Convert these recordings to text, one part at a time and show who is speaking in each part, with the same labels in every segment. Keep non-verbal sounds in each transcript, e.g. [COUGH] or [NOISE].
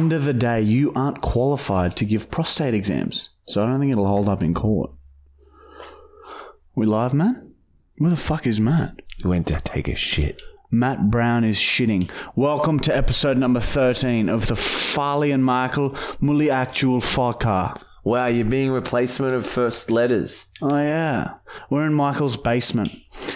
Speaker 1: end of the day, you aren't qualified to give prostate exams, so I don't think it'll hold up in court. We live, Matt? Where the fuck is Matt?
Speaker 2: He went to take a shit.
Speaker 1: Matt Brown is shitting. Welcome to episode number 13 of the Farley and Michael Mully Actual Farcar.
Speaker 2: Wow, you're being replacement of first letters.
Speaker 1: Oh, yeah. We're in Michael's basement.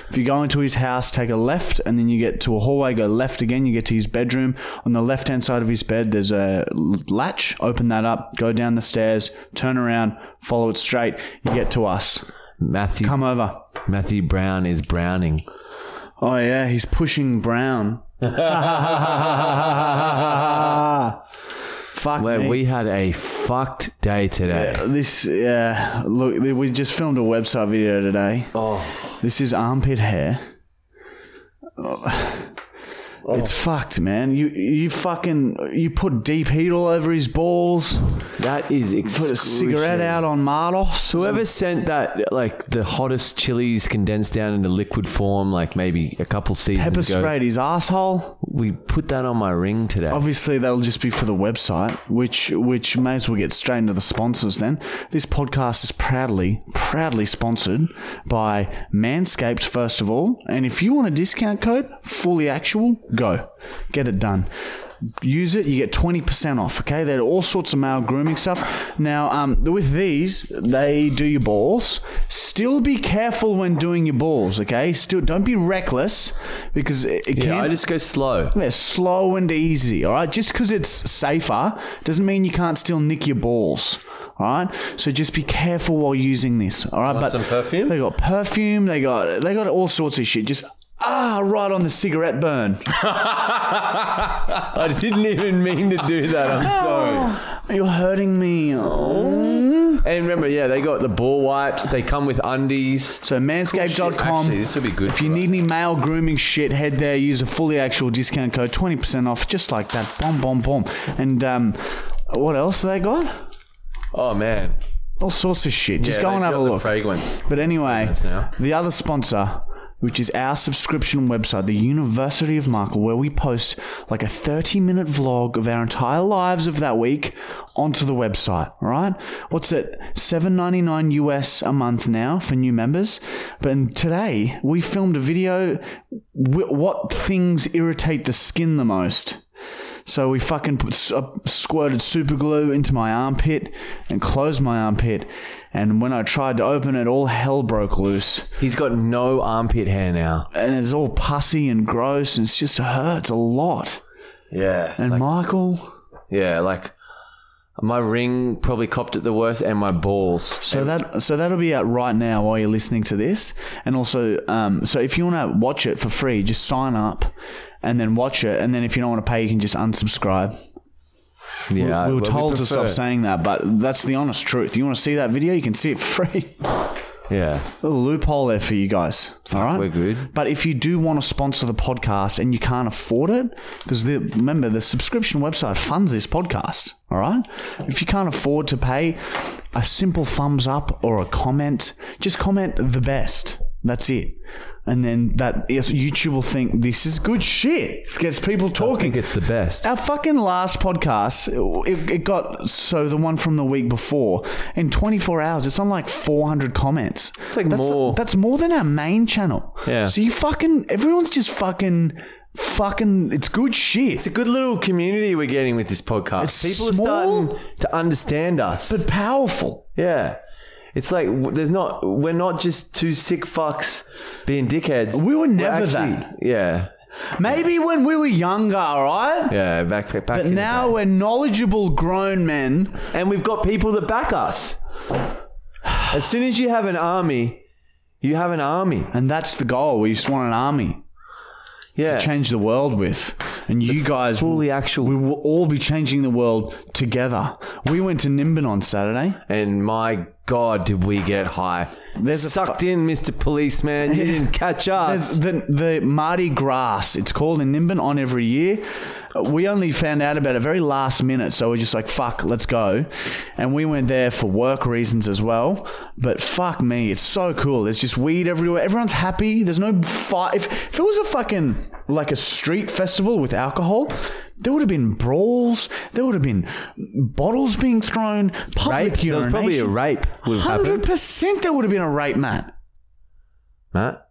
Speaker 1: If you go into his house, take a left, and then you get to a hallway, go left again, you get to his bedroom. On the left hand side of his bed, there's a l- latch. Open that up, go down the stairs, turn around, follow it straight. You get to us.
Speaker 2: Matthew
Speaker 1: Come over.
Speaker 2: Matthew Brown is Browning.
Speaker 1: Oh, yeah, he's pushing Brown. [LAUGHS] Fuck
Speaker 2: Well,
Speaker 1: me.
Speaker 2: we had a fucked day today.
Speaker 1: This, yeah, look, we just filmed a website video today.
Speaker 2: Oh,
Speaker 1: This is armpit hair. Oh. It's fucked, man. You you fucking you put deep heat all over his balls.
Speaker 2: that is
Speaker 1: Put a
Speaker 2: excruciating.
Speaker 1: cigarette out on Mardos.
Speaker 2: Whoever sent that, like the hottest chilies condensed down into liquid form, like maybe a couple seasons
Speaker 1: pepper
Speaker 2: ago,
Speaker 1: sprayed his asshole.
Speaker 2: we put that on my ring today.
Speaker 1: Obviously, that'll just be for the website, which which may as well get straight into the sponsors. Then this podcast is proudly proudly sponsored by Manscaped. First of all, and if you want a discount code, fully actual, go get it done. Use it, you get twenty percent off. Okay, they're all sorts of male grooming stuff. Now, um, with these, they do your balls. Still be careful when doing your balls. Okay, still don't be reckless because it, it
Speaker 2: yeah,
Speaker 1: can
Speaker 2: I just go slow. [LAUGHS]
Speaker 1: they're slow and easy, all right? Just because it's safer doesn't mean you can't still nick your balls, all right? So just be careful while using this, all right?
Speaker 2: some perfume?
Speaker 1: They got perfume. They got they got all sorts of shit. Just ah, right on the cigarette burn.
Speaker 2: I didn't even mean to do that.
Speaker 1: [LAUGHS]
Speaker 2: I'm sorry.
Speaker 1: Oh, You're hurting me. Oh.
Speaker 2: And remember, yeah, they got the ball wipes. They come with undies.
Speaker 1: So manscaped.com.
Speaker 2: Actually, this would be good
Speaker 1: If you
Speaker 2: for
Speaker 1: need any male grooming shit, head there. Use a fully actual discount code, twenty percent off, just like that. Bomb, bomb, bomb. And um, what else have they got?
Speaker 2: Oh man,
Speaker 1: All sorts of shit. Just
Speaker 2: Yeah,
Speaker 1: go
Speaker 2: they
Speaker 1: and have a
Speaker 2: got the
Speaker 1: look.
Speaker 2: Fragrance.
Speaker 1: But anyway,
Speaker 2: That's now.
Speaker 1: the other sponsor, which is our subscription website, the University of Michael, where we post like a 30 minute vlog of our entire lives of that week onto the website, all right? What's it? 7.99 US a month now for new members. But and today, we filmed a video w- what things irritate the skin the most. So we fucking put, s- uh, squirted super glue into my armpit and closed my armpit. And when I tried to open it, all hell broke loose.
Speaker 2: He's got no armpit hair now.
Speaker 1: And it's all pussy and gross and it's just hurts a lot.
Speaker 2: Yeah.
Speaker 1: And Michael,
Speaker 2: yeah, like my ring probably copped it the worst, and my balls.
Speaker 1: so that so that'll be out right now while you're listening to this. And also, um, so if you want to watch it for free, just sign up and then watch it. And then if you don't want to pay, you can just unsubscribe.
Speaker 2: Yeah, well,
Speaker 1: we were told to
Speaker 2: prefer-
Speaker 1: stop saying that, but that's the honest truth. You want to see that video, you can see it for free. [LAUGHS]
Speaker 2: Yeah,
Speaker 1: little loophole there for you guys. all right,
Speaker 2: we're good.
Speaker 1: But if you do want to sponsor the podcast and you can't afford it, because the, remember the subscription website funds this podcast. All right, if you can't afford to pay, a simple thumbs up or a comment. Just comment the best. That's it. And then that yes, YouTube will think this is good shit. This gets people
Speaker 2: I think
Speaker 1: talking.
Speaker 2: it's the best.
Speaker 1: Our fucking last podcast, it, it got so the one from the week before in 24 hours, it's on like 400 comments.
Speaker 2: It's like
Speaker 1: that's,
Speaker 2: more.
Speaker 1: That's more than our main channel.
Speaker 2: Yeah.
Speaker 1: So you fucking everyone's just fucking fucking. It's good shit.
Speaker 2: It's a good little community we're getting with this podcast.
Speaker 1: It's
Speaker 2: People
Speaker 1: small.
Speaker 2: are starting to understand us.
Speaker 1: But powerful.
Speaker 2: yeah. It's like w- there's not we're not just two sick fucks being dickheads.
Speaker 1: We were never
Speaker 2: actually-
Speaker 1: that.
Speaker 2: Yeah.
Speaker 1: Maybe when we were younger, all right.
Speaker 2: Yeah, back back
Speaker 1: But
Speaker 2: in the
Speaker 1: now
Speaker 2: day.
Speaker 1: we're knowledgeable grown men.
Speaker 2: and we've got people that back us. As soon as you have an army, you have an army.
Speaker 1: And that's the goal. We just want an army
Speaker 2: Yeah.
Speaker 1: to change the world with. and you guys
Speaker 2: fully
Speaker 1: will-
Speaker 2: actual-
Speaker 1: We will all be changing the world together. We went to Nimbin on Saturday.
Speaker 2: And my God, did we get high?
Speaker 1: There's a
Speaker 2: Sucked in, Mr. Policeman.
Speaker 1: [LAUGHS]
Speaker 2: You didn't catch us.
Speaker 1: There's the the Mardi Gras. It's called in Nimbin on every year. Uh, We only found out about it very last minute, so we're just like, "Fuck, let's go," and we went there for work reasons as well. But fuck me, it's so cool. There's just weed everywhere. Everyone's happy. There's no fight. If, if it was a fucking like a street festival with alcohol, there would have been brawls. There would have been bottles being thrown. Public
Speaker 2: Rape. There was probably a rape would have
Speaker 1: Hundred
Speaker 2: happened.
Speaker 1: percent, there would have been a rape, man.
Speaker 2: Matt?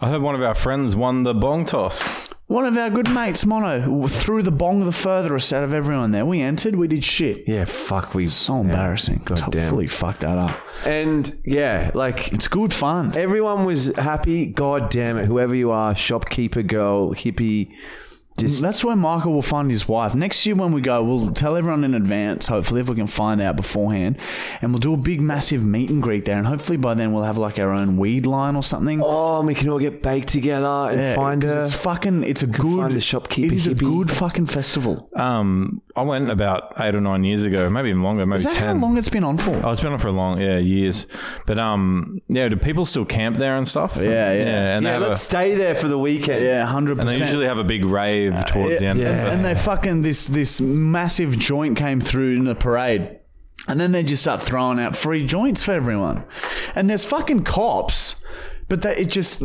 Speaker 3: I heard one of our friends won the bong toss.
Speaker 1: One of our good mates, Mono, threw the bong the furthest out of everyone there. We entered, we did shit.
Speaker 2: Yeah, fuck. We
Speaker 1: So embarrassing.
Speaker 2: Yeah, God damn.
Speaker 1: Fully fucked that up.
Speaker 2: And yeah, like
Speaker 1: It's good fun.
Speaker 2: everyone was happy. God damn it, whoever you are, shopkeeper girl, hippie, just
Speaker 1: That's where Michael will find his wife. Next year, when we go, we'll tell everyone in advance, hopefully, if we can find out beforehand. And we'll do a big, massive meet and greet there. And hopefully, by then, we'll have like our own weed line or something.
Speaker 2: oh, and we can all get baked together and
Speaker 1: Yeah,
Speaker 2: find
Speaker 1: 'cause
Speaker 2: her.
Speaker 1: It's fucking, it's a
Speaker 2: find
Speaker 1: good,
Speaker 2: the shopkeeper
Speaker 1: it is a
Speaker 2: hippie.
Speaker 1: good fucking festival.
Speaker 3: Um, I went about eight or nine years ago, maybe even longer, maybe
Speaker 1: Is that
Speaker 3: ten.
Speaker 1: how long it's been on for?
Speaker 3: Oh, it's been on for a long, yeah, years. But um, yeah, do people still camp there and stuff?
Speaker 1: yeah.
Speaker 3: and
Speaker 2: yeah,
Speaker 3: they have
Speaker 2: let's
Speaker 3: a,
Speaker 2: stay there for the weekend.
Speaker 1: yeah, 100%.
Speaker 3: and they usually have a big rave
Speaker 1: Uh,
Speaker 3: towards the end.
Speaker 2: yeah.
Speaker 3: Of the
Speaker 1: and
Speaker 3: festival.
Speaker 1: they fucking this this massive joint came through in the parade. And then they just start throwing out free joints for everyone. And there's fucking cops, but they, it just,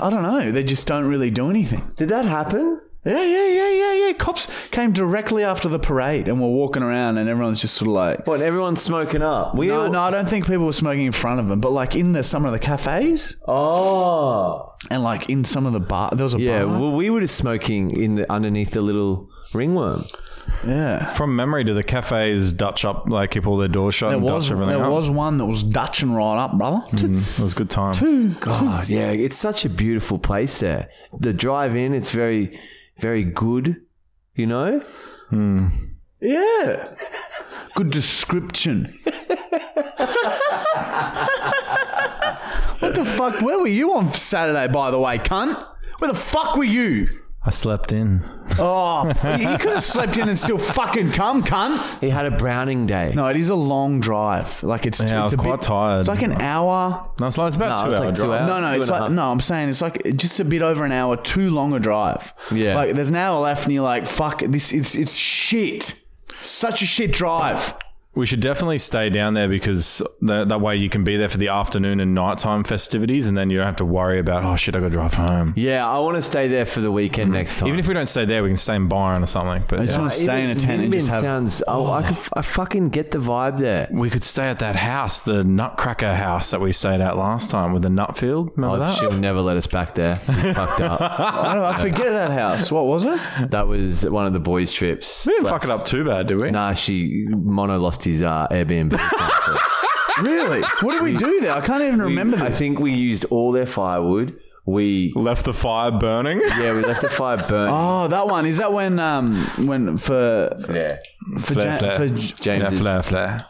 Speaker 1: I don't know, they just don't really do anything.
Speaker 2: Did that happen?
Speaker 1: Yeah, yeah, yeah, yeah, yeah. Cops came directly after the parade and were walking around, and everyone's just sort of like,
Speaker 2: What? Everyone's smoking up. We
Speaker 1: no,
Speaker 2: all-
Speaker 1: no, I don't think people were smoking in front of them, but like in the some of the cafes
Speaker 2: Oh.
Speaker 1: and like in some of the bar, there was a
Speaker 2: Yeah,
Speaker 1: bar.
Speaker 2: well, we were just smoking in the, underneath the little ringworm.
Speaker 1: yeah.
Speaker 3: From memory, do the cafes Dutch up, like keep all their doors shut
Speaker 1: There
Speaker 3: and
Speaker 1: was
Speaker 3: Dutch everything
Speaker 1: there
Speaker 3: up?
Speaker 1: was one that was Dutching right up, brother.
Speaker 2: Hmm.
Speaker 3: it was good times.
Speaker 2: God, yeah, it's such a beautiful place there. The drive in, it's very, very good. You know,
Speaker 1: Yeah. Good description. what the fuck? Where were you on Saturday, by the way, cunt? Where the fuck were you?
Speaker 3: I slept in.
Speaker 1: Oh, you you could have slept in and still fucking come, cunt.
Speaker 2: he had a Browning day.
Speaker 1: No, it is a long drive. Like it's,
Speaker 3: Yeah, I
Speaker 1: it's
Speaker 3: was
Speaker 1: a
Speaker 3: quite
Speaker 1: bit,
Speaker 3: tired.
Speaker 1: It's like an hour.
Speaker 3: No, it's, like, it's about
Speaker 2: No,
Speaker 3: two,
Speaker 2: it's
Speaker 3: hour
Speaker 2: like two
Speaker 3: drive.
Speaker 2: hours.
Speaker 1: No, no,
Speaker 2: two
Speaker 1: it's
Speaker 2: and a
Speaker 1: like
Speaker 2: half.
Speaker 1: no. I'm saying it's like just a bit over an hour, too long a drive.
Speaker 2: Yeah.
Speaker 1: like there's an hour left, and you're like, fuck, this it's it's shit. Such a shit drive.
Speaker 3: We should definitely stay down there because that, that way you can be there for the afternoon and nighttime festivities, and then you don't have to worry about oh shit, I got to drive home.
Speaker 2: Yeah, I want to stay there for the weekend
Speaker 1: Mm.
Speaker 2: next time.
Speaker 3: Even if we don't stay there, we can stay in Byron or something. But
Speaker 1: I just
Speaker 3: yeah.
Speaker 1: want to stay in a tent and just
Speaker 2: Nimbin
Speaker 1: have
Speaker 2: sounds. Oh, I, could, I fucking get the vibe there.
Speaker 3: we could stay at that house, the Nutcracker house that we stayed at last time with the Nutfield. Remember
Speaker 2: Oh,
Speaker 3: that?
Speaker 2: she'll never let us back there.
Speaker 1: [LAUGHS]
Speaker 2: We fucked up.
Speaker 1: I, don't, I forget that house. What was it?
Speaker 2: That was one of the boys' trips.
Speaker 3: We didn't fuck it up too bad, did we?
Speaker 2: Nah, she mono lost his uh, Airbnb.
Speaker 1: Really? What did we do there? I can't even remember
Speaker 2: I
Speaker 1: this.
Speaker 2: think we used all their firewood. We
Speaker 3: Left the fire burning.
Speaker 2: yeah, we left
Speaker 1: [LAUGHS]
Speaker 2: the fire burning.
Speaker 1: Oh, that one. Is that when um when for
Speaker 2: Yeah.
Speaker 1: for,
Speaker 3: Flare,
Speaker 1: ja-
Speaker 3: flare.
Speaker 1: for J-
Speaker 2: James
Speaker 3: yeah,
Speaker 2: is-
Speaker 3: flare, flare.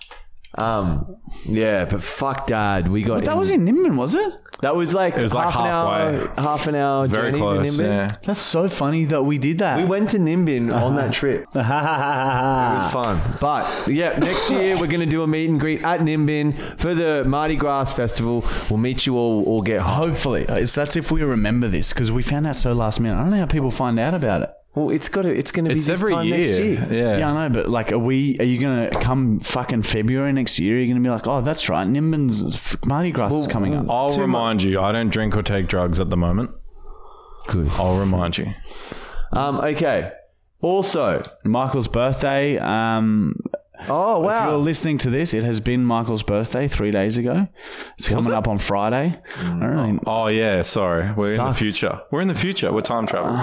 Speaker 2: Um, yeah, but fuck, Dad, we got
Speaker 1: that was in Nimbin, was it?
Speaker 2: that was like it
Speaker 3: was like
Speaker 2: half an hour,
Speaker 3: halfway.
Speaker 2: half an hour journey
Speaker 3: Very
Speaker 2: to
Speaker 3: close.
Speaker 2: Nimbin.
Speaker 3: Yeah.
Speaker 1: That's so funny that we did that.
Speaker 2: We went to Nimbin
Speaker 1: Uh-huh.
Speaker 2: on that trip. It
Speaker 1: Ah.
Speaker 2: was fun. But yeah, next year we're going to do a meet and greet at Nimbin for the Mardi Gras festival. We'll meet you all or get
Speaker 1: [LAUGHS]
Speaker 2: home.
Speaker 1: Hopefully, it's, that's if we remember this because we found out so last minute. I don't know how people find out about it.
Speaker 2: Well, it's got to, it's going to be
Speaker 3: It's
Speaker 2: this
Speaker 3: every
Speaker 2: time
Speaker 3: year.
Speaker 2: next year.
Speaker 3: Yeah.
Speaker 1: Yeah. I know, but like, are we? Are you gonna come fucking February next year? Are you gonna be like, oh, that's right, Nimbin's f- Mardi Gras is coming up.
Speaker 3: I'll remind you, I don't drink or take drugs at the moment.
Speaker 2: Good.
Speaker 3: I'll remind you.
Speaker 2: Um, okay. Also,
Speaker 1: Michael's birthday. Um,
Speaker 2: oh
Speaker 1: If you're
Speaker 2: wow,
Speaker 1: listening to this, it has been Michael's birthday three days ago. It's coming up on Friday. I don't really,
Speaker 3: Oh yeah, sorry. We're in the
Speaker 2: Sucks.
Speaker 3: future. We're in the future. We're time travel.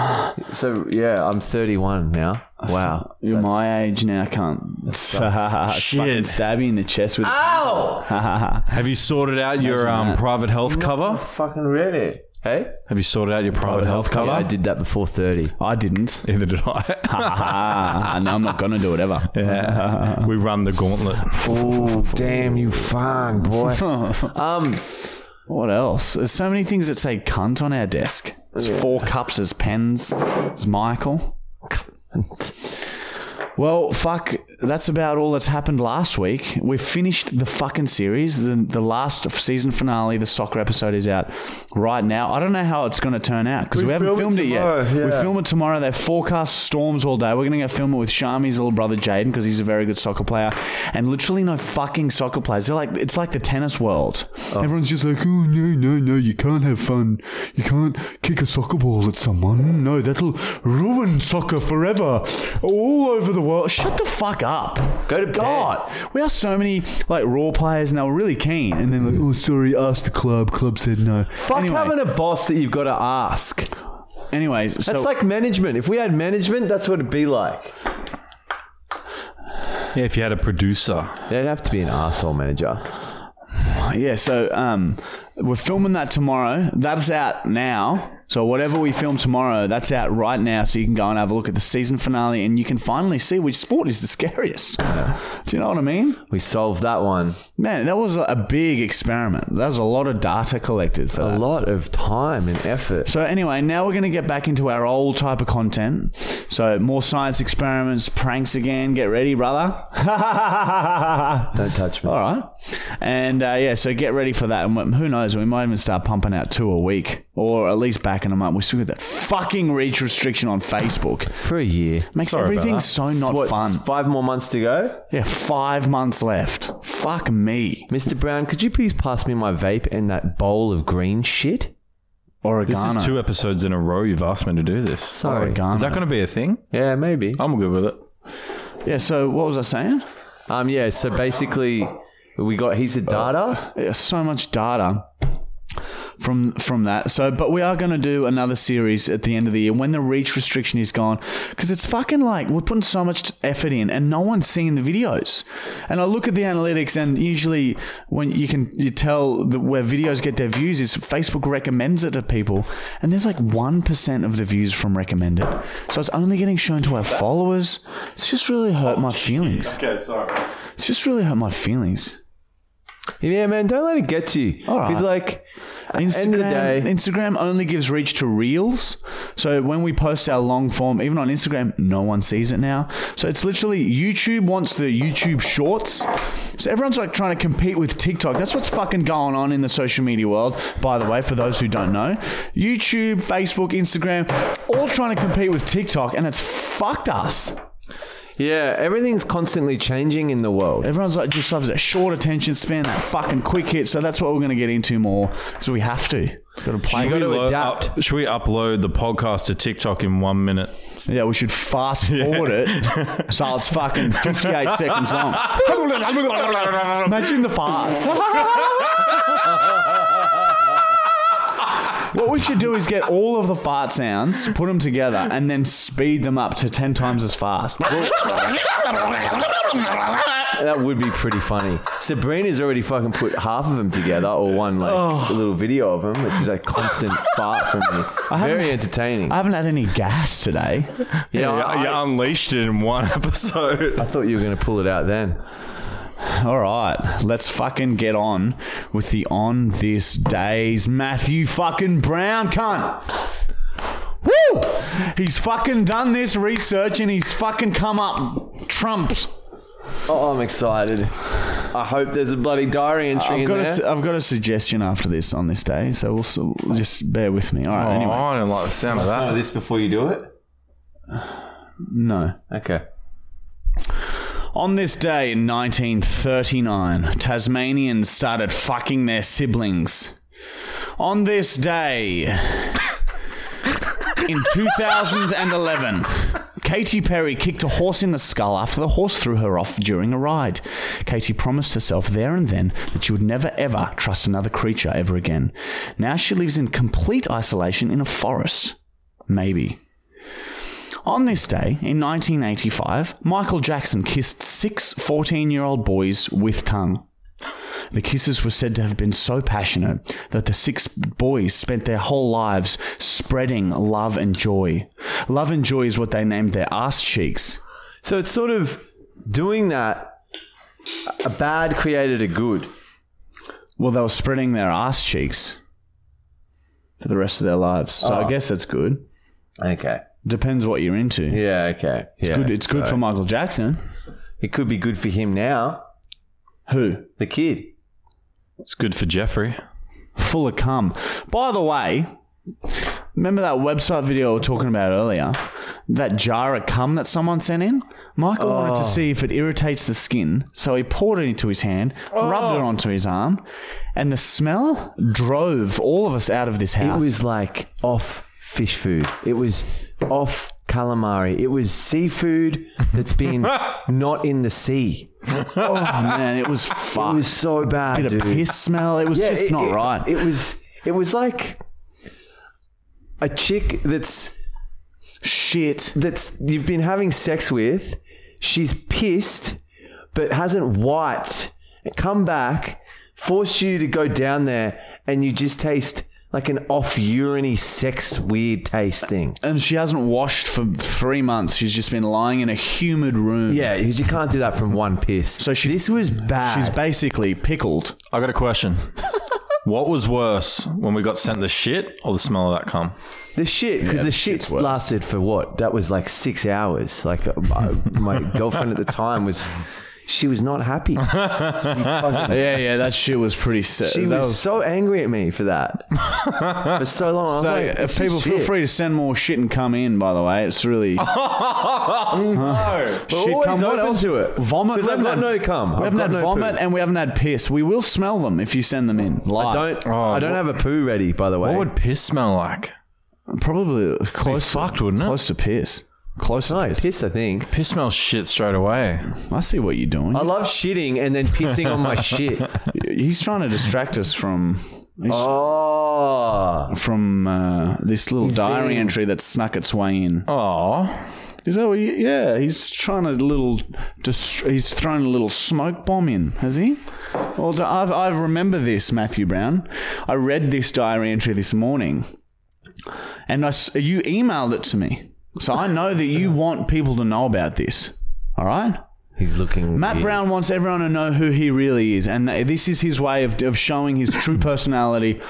Speaker 2: so yeah, I'm 31 now. Wow.
Speaker 1: you're my age now, [LAUGHS] cunt. Fucking
Speaker 3: Shit.
Speaker 1: stab you in the chest with.
Speaker 3: Have you sorted out your um, private health cover?
Speaker 2: Fucking really? Hey,
Speaker 3: Have you sorted out your private, health
Speaker 2: yeah,
Speaker 3: cover?
Speaker 2: I did that before 30.
Speaker 1: I didn't. [LAUGHS]
Speaker 3: [LAUGHS] Neither did I.
Speaker 1: Ah, no, I'm not gonna do it ever.
Speaker 3: yeah. We run the gauntlet.
Speaker 2: Oh, damn, you fine, [LAUGHS] boy. um,
Speaker 1: What else? There's so many things that say cunt on our desk. There's four cups. There's pens. There's Michael. Well, fuck, that's about all that's happened last week. We've finished the fucking series. The, the last season finale, the soccer episode is out right now. I don't know how it's going to turn out because we, haven't
Speaker 2: film it
Speaker 1: filmed it,
Speaker 2: tomorrow,
Speaker 1: yet. We
Speaker 2: yeah.
Speaker 1: film it tomorrow. They forecast storms all day. We're going to go film it with Shami's little brother Jaden because he's a very good soccer player. And literally no fucking soccer players. They're like, it's like the tennis world. Everyone's just like, oh, no, no, no, you can't have fun. You can't kick a soccer ball at someone. No, that'll ruin soccer forever. All over the world. Shut the fuck up.
Speaker 2: Go to
Speaker 1: God. We are so many like raw players and they were really keen. And then like, oh, sorry, asked the club. Club said no.
Speaker 2: Fuck
Speaker 1: anyway,
Speaker 2: having a boss that you've got to ask.
Speaker 1: anyways,
Speaker 2: That's
Speaker 1: so
Speaker 2: like management. If we had management, that's what it'd be like.
Speaker 3: Yeah, [LAUGHS] if you had a producer.
Speaker 2: They'd have to be an asshole manager.
Speaker 1: yeah, so um, we're filming that tomorrow. That's out now. So whatever we film tomorrow, that's out right now. So you can go and have a look at the season finale, and you can finally see which sport is the scariest. [LAUGHS] Do you know what I mean?
Speaker 2: We solved that one.
Speaker 1: Man, that was a big experiment. That was a lot of data collected for
Speaker 2: A
Speaker 1: that.
Speaker 2: lot of time and effort.
Speaker 1: So anyway, now we're going to get back into our old type of content. So more science experiments, pranks again. Get ready, brother. [LAUGHS]
Speaker 2: Don't touch me.
Speaker 1: All right. And uh, yeah, so get ready for that. And who knows? We might even start pumping out two a week, or at least backing them up. We still got that fucking reach restriction on Facebook.
Speaker 2: For a year.
Speaker 1: Makes
Speaker 3: Sorry about
Speaker 1: everything
Speaker 3: that.
Speaker 1: so not
Speaker 2: What,
Speaker 1: fun.
Speaker 2: Five more months to go.
Speaker 1: Yeah, five months left. Fuck me.
Speaker 2: Mr. Brown, could you please pass me my vape and that bowl of green shit?
Speaker 1: Oregano.
Speaker 3: This is two episodes in a row you've asked me to do this.
Speaker 2: Sorry.
Speaker 1: Oregano.
Speaker 3: Is that going to be a thing?
Speaker 2: Yeah, maybe.
Speaker 3: I'm good with it.
Speaker 1: yeah. So what was I saying?
Speaker 2: Um, yeah, so basically, we got heaps of data.
Speaker 1: Yeah, uh, so much data from from that. So, but we are going to do another series at the end of the year when the reach restriction is gone, because it's fucking like we're putting so much effort in, and no one's seeing the videos. And I look at the analytics, and usually when you can you tell that where videos get their views is Facebook recommends it to people, and there's like one percent of the views from recommended. So it's only getting shown to our followers. It's just really hurt my feelings.
Speaker 3: Oh, Okay, sorry.
Speaker 1: It's just really hurt my feelings.
Speaker 2: Yeah, man, don't let it get to you.
Speaker 1: All right.
Speaker 2: Because, like, at the
Speaker 1: Instagram,
Speaker 2: end of the day,
Speaker 1: Instagram only gives reach to reels. So when we post our long form, even on Instagram, no one sees it now. So it's literally YouTube wants the YouTube shorts. So everyone's like trying to compete with TikTok. That's what's fucking going on in the social media world, by the way, for those who don't know. YouTube, Facebook, Instagram, all trying to compete with TikTok, and it's fucked us.
Speaker 2: yeah, everything's constantly changing in the world.
Speaker 1: Everyone's like just loves that short attention span, that fucking quick hit. So that's what we're gonna get into more. So we have to. Gotta play.
Speaker 2: You gotta
Speaker 3: lo-
Speaker 2: adapt.
Speaker 3: up- should we upload the podcast to TikTok in one [LAUGHS] minute?
Speaker 1: [LAUGHS] Yeah, we should fast forward it so it's fucking 58 seconds long. Imagine the fast. [LAUGHS] What we should do is get all of the fart sounds, put them together, and then speed them up to 10 times as fast.
Speaker 2: That would be pretty funny. Sabrina's already fucking put half of them together, or one like
Speaker 1: Oh.
Speaker 2: a little video of them, which is
Speaker 1: [LAUGHS]
Speaker 2: a constant fart from me. Very entertaining.
Speaker 1: I haven't had any gas today.
Speaker 2: yeah, I,
Speaker 3: you unleashed it in one episode.
Speaker 2: I thought you were going to pull it out then.
Speaker 1: All right, let's fucking get on with the on this day's Matthew fucking Brown cunt. Woo! He's fucking done this research and he's fucking come up trumps.
Speaker 2: Oh, I'm excited. I hope there's a bloody diary entry
Speaker 1: I've
Speaker 2: in
Speaker 1: got, a,
Speaker 2: there.
Speaker 1: s- I've got a suggestion after this on this day, so we'll, so we'll just bear with me. All right,
Speaker 3: [LAUGHS] Oh,
Speaker 1: anyway.
Speaker 3: I don't like the sound of that.
Speaker 2: this before you do it.
Speaker 1: No.
Speaker 2: Okay.
Speaker 1: On this day in 1939, Tasmanians started fucking their siblings. On this day in 2011, Katy Perry kicked a horse in the skull after the horse threw her off during a ride. Katy promised herself there and then that she would never ever trust another creature ever again. Now she lives in complete isolation in a forest. Maybe. On this day, in 1985, Michael Jackson kissed six 14 year old boys with tongue. The kisses were said to have been so passionate that the six boys spent their whole lives spreading love and joy. Love and joy is what they named their ass cheeks.
Speaker 2: So it's sort of doing that. A bad created a good.
Speaker 1: Well, they were spreading their ass
Speaker 2: Ah.
Speaker 1: cheeks for the rest of their lives. So I guess that's good.
Speaker 2: Okay.
Speaker 1: Depends what you're into.
Speaker 2: Yeah, okay. Yeah,
Speaker 1: Good, it's good
Speaker 2: so
Speaker 1: for Michael Jackson.
Speaker 2: It could be good for him now.
Speaker 1: Who?
Speaker 2: The kid.
Speaker 3: It's good for Jeffrey.
Speaker 1: Full of cum. By the way, remember that website video we were talking about earlier? That jar of cum that someone sent in? Michael wanted to see if it irritates the skin, so he poured it into his hand, rubbed it onto his arm, and the smell drove all of us out of this
Speaker 2: It
Speaker 1: house. [LAUGHS]
Speaker 2: was like off fish food. It was off calamari. It was seafood that's [LAUGHS] been not in the sea.
Speaker 1: oh man, it was
Speaker 2: It
Speaker 1: fucked.
Speaker 2: was so bad,
Speaker 1: Bit
Speaker 2: dude.
Speaker 1: of piss smell. It was
Speaker 2: Yeah,
Speaker 1: just
Speaker 2: it-
Speaker 1: not
Speaker 2: it-
Speaker 1: right.
Speaker 2: It was. It was like a chick that's
Speaker 1: Shit.
Speaker 2: that's you've been having sex with. She's pissed, but hasn't wiped. Come back, force you to go down there, and you just taste like an off uriny sex weird taste thing.
Speaker 1: And she hasn't washed for three months. She's just been lying in a humid room.
Speaker 2: Yeah, 'cause you can't do that from one piss. So
Speaker 1: she-
Speaker 2: this was bad.
Speaker 1: She's basically pickled.
Speaker 3: I got a [LAUGHS] question. what was worse when we got sent the shit or the smell of that cum?
Speaker 2: the shit because the shit
Speaker 1: worse.
Speaker 2: lasted for what? That was like six hours. Like uh, my my girlfriend at the time was, she was not happy. She, fucking-
Speaker 1: Yeah, yeah, [LAUGHS] that shit was pretty sick.
Speaker 2: she
Speaker 1: That
Speaker 2: was so angry at me for that for so long. I
Speaker 1: So,
Speaker 2: was like,
Speaker 1: if people feel free to send more shit and come in, by the way, it's
Speaker 2: [LAUGHS]
Speaker 1: really
Speaker 3: no.
Speaker 1: shit.
Speaker 2: always
Speaker 1: come, what
Speaker 2: open
Speaker 1: else?
Speaker 2: to it.
Speaker 1: Vomit.
Speaker 2: 'Cause
Speaker 1: We
Speaker 2: I've
Speaker 1: haven't
Speaker 2: got
Speaker 1: had-
Speaker 2: no cum.
Speaker 1: We
Speaker 2: I've
Speaker 1: haven't
Speaker 2: got
Speaker 1: had
Speaker 2: no
Speaker 1: vomit,
Speaker 2: poo.
Speaker 1: and we haven't had piss. We will smell them if you send them in. Live.
Speaker 2: I don't.
Speaker 3: Oh,
Speaker 2: I don't
Speaker 3: what-
Speaker 2: have a poo ready. By the way,
Speaker 3: What would piss smell like?
Speaker 1: Probably close.
Speaker 3: fucked,
Speaker 1: to,
Speaker 3: wouldn't it?
Speaker 1: Close to piss. Close to
Speaker 2: no
Speaker 1: piss.
Speaker 2: piss? I think.
Speaker 3: Piss smells shit straight away.
Speaker 1: I see what you're doing.
Speaker 2: I love shitting and then pissing on my shit.
Speaker 1: He's trying to distract us from he's
Speaker 2: Oh,
Speaker 1: from uh, this little diary
Speaker 2: being-
Speaker 1: entry that snuck its way in.
Speaker 3: Oh,
Speaker 1: Is that what? You, yeah, he's trying a little. Dist- he's thrown a little smoke bomb in. Has he? Well, do- I've, I remember this, Matthew Brown. I read this diary entry this morning, and I s you emailed it to me, so I know that you want people to know about this. All right.
Speaker 2: he's looking.
Speaker 1: Matt
Speaker 2: weird.
Speaker 1: Brown wants everyone to know who he really is, and th- this is his way of, of showing his [CLEARS THROAT] true personality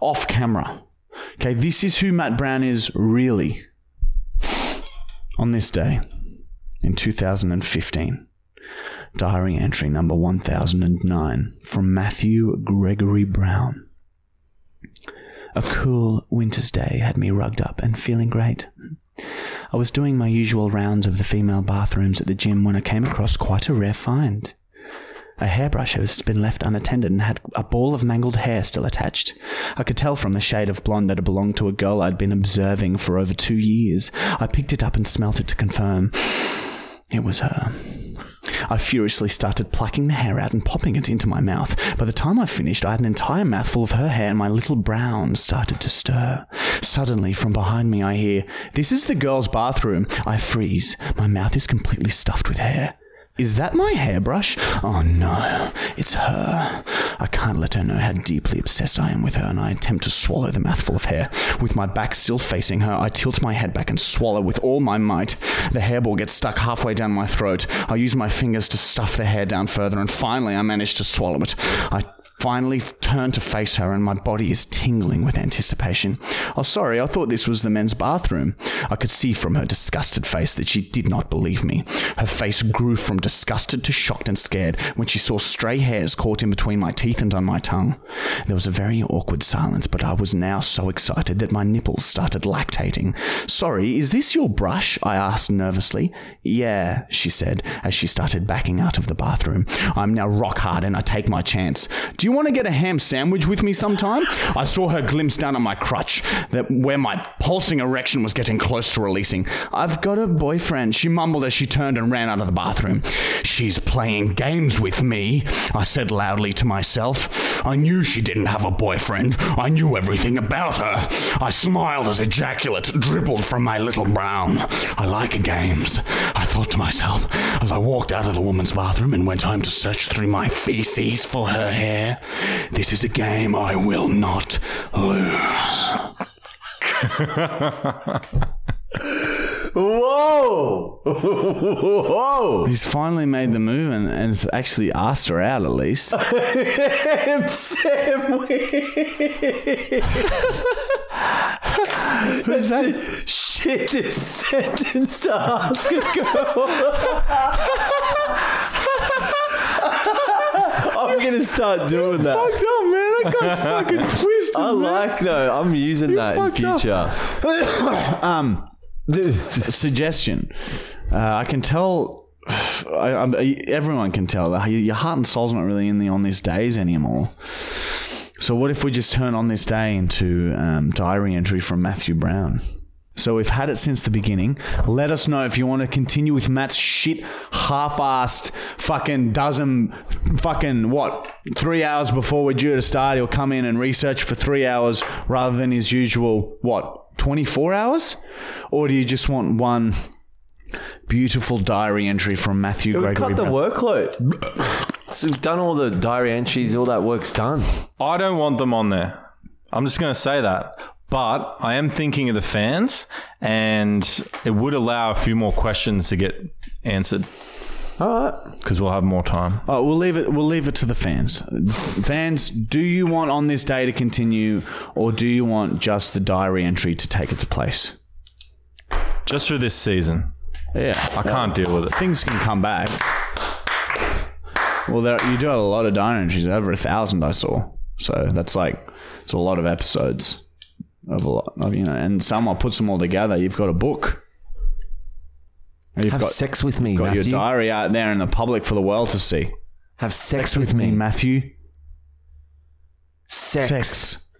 Speaker 1: off camera. Okay, this is who Matt Brown is really. On this day in 2015, diary entry number 1009 from Matthew Gregory Brown. A cool winter's day had me rugged up and feeling great. I was doing my usual rounds of the female bathrooms at the gym when I came across quite a rare find. A hairbrush had been left unattended and had a ball of mangled hair still attached. I could tell from the shade of blonde that it belonged to a girl I'd been observing for over two years. I picked it up and smelt it to confirm. It was her. I furiously started plucking the hair out and popping it into my mouth. By the time I finished, I had an entire mouthful of her hair and my little brown started to stir. Suddenly, from behind me, I hear, This is the girl's bathroom. I freeze. My mouth is completely stuffed with hair. Is that my hairbrush? Oh no, it's her. I can't let her know how deeply obsessed I am with her, and I attempt to swallow the mouthful of hair. With my back still facing her, I tilt my head back and swallow with all my might. The hairball gets stuck halfway down my throat. I use my fingers to stuff the hair down further, and finally I manage to swallow it. I finally f- turn to face her, and my body is tingling with anticipation. Oh, sorry, I thought this was the men's bathroom. I could see from her disgusted face that she did not believe me. Her face grew from disgusted to shocked and scared when she saw stray hairs caught in between my teeth and on my tongue. There was a very awkward silence, but I was now so excited that my nipples started lactating. Sorry, is this your brush? I asked nervously. Yeah, she said as she started backing out of the bathroom. I'm now rock hard and I take my chance. Do you want to get a ham sandwich with me sometime? I saw her glimpse down at my crutch, that where my pulsing erection was getting close to releasing. I've got a boyfriend, she mumbled as she turned and ran out of the bathroom. She's playing games with me, I said loudly to myself. I knew she didn't have a boyfriend. I knew everything about her. I smiled as ejaculate dribbled from my little brown. I like games, I thought to myself as I walked out of the woman's bathroom and went home to search through my feces for her hair. This is a game I will not lose.
Speaker 2: Whoa! Whoa!
Speaker 1: He's finally made the move and, and has actually asked her out at least.
Speaker 2: Ham sandwich.
Speaker 1: Who's that?
Speaker 2: Shit sentence to ask a girl. I'm gonna start doing that.
Speaker 1: Fucked up, man. That guy's
Speaker 2: [LAUGHS]
Speaker 1: fucking twisted.
Speaker 2: I like though. I'm using that in
Speaker 1: fucked up.
Speaker 2: future.
Speaker 1: man. um, [LAUGHS] suggestion. Uh, I can tell. [SIGHS] I, I'm, everyone can tell that your heart and soul's not really in the on this days anymore. So what if we just turn on this day into um, diary entry from Matthew Brown? So we've had it since the beginning. Let us know if you want to continue with Matt's shit, half-assed, fucking dozen, fucking what, three hours before we're due to start. He'll come in and research for three hours rather than his usual what, twenty-four hours? Or do you just want one beautiful diary entry from Matthew
Speaker 2: We
Speaker 1: Gregory?
Speaker 2: cut the
Speaker 1: Brown?
Speaker 2: workload. So we've done all the diary entries. All that work's done.
Speaker 3: I don't want them on there. I'm just going to say that. But I am thinking of the fans, and it would allow a few more questions to get answered
Speaker 2: All right.
Speaker 3: because we'll have more time.
Speaker 1: Oh, we'll leave it. We'll leave it to the fans. Fans, do you want on this day to continue, or do you want just the diary entry to take its place?
Speaker 3: Just for this season.
Speaker 1: Yeah,
Speaker 3: I can't deal with it.
Speaker 1: things can come back. Well, there, you do have a lot of diary entries, over a thousand I saw. So that's like it's a lot of episodes of a lot, of, you know. And someone puts them all together. You've got a book. And You've
Speaker 2: Have
Speaker 1: got,
Speaker 2: sex with me,
Speaker 1: got your
Speaker 2: Matthew.
Speaker 1: diary out there in the public for the world to see.
Speaker 2: Have sex with me.
Speaker 1: Matthew,
Speaker 2: Sex. Sex.
Speaker 1: sex.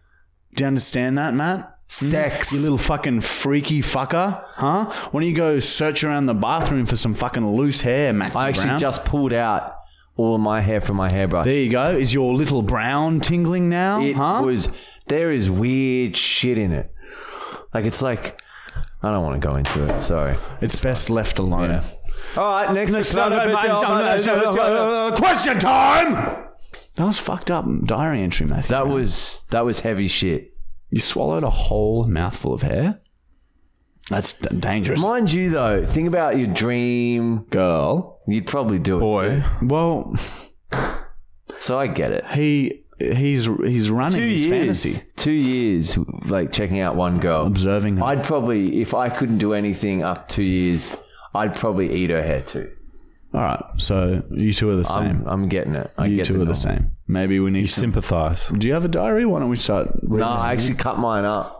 Speaker 1: Do you understand that, Matt?
Speaker 2: Sex.
Speaker 1: You little fucking freaky fucker, huh? Why don't you go search around the bathroom for some fucking loose hair, Matthew
Speaker 2: I actually
Speaker 1: Brown?
Speaker 2: just pulled out all of my hair from my hairbrush.
Speaker 1: there you go. Is your little brown tingling now,
Speaker 2: it
Speaker 1: huh?
Speaker 2: was there is weird shit in it. Like it's like I don't want to go into it. Sorry.
Speaker 1: it's best left alone.
Speaker 2: All right, next
Speaker 1: uh, Question time. That was fucked up diary entry, Matthew.
Speaker 2: That
Speaker 1: Brown.
Speaker 2: was that was heavy shit.
Speaker 1: you swallowed a whole mouthful of hair. That's d- dangerous,
Speaker 2: Mind you, though, think about your dream.
Speaker 1: girl.
Speaker 2: You'd probably do it.
Speaker 3: Boy,
Speaker 1: Well,
Speaker 2: too. So I get it.
Speaker 1: he he's he's running
Speaker 2: Two
Speaker 1: his
Speaker 2: years.
Speaker 1: fantasy,
Speaker 2: Two years, like checking out one girl.
Speaker 1: observing her.
Speaker 2: I'd probably, if I couldn't do anything after two years, I'd probably eat her hair too.
Speaker 1: All right, so you two are the same.
Speaker 2: I'm, I'm getting it. I
Speaker 1: You
Speaker 2: get
Speaker 1: two are the same. Maybe we need some.
Speaker 3: sympathize.
Speaker 1: Do you have a diary? Why don't we start?
Speaker 2: No,
Speaker 1: reading some-
Speaker 2: I actually cut mine up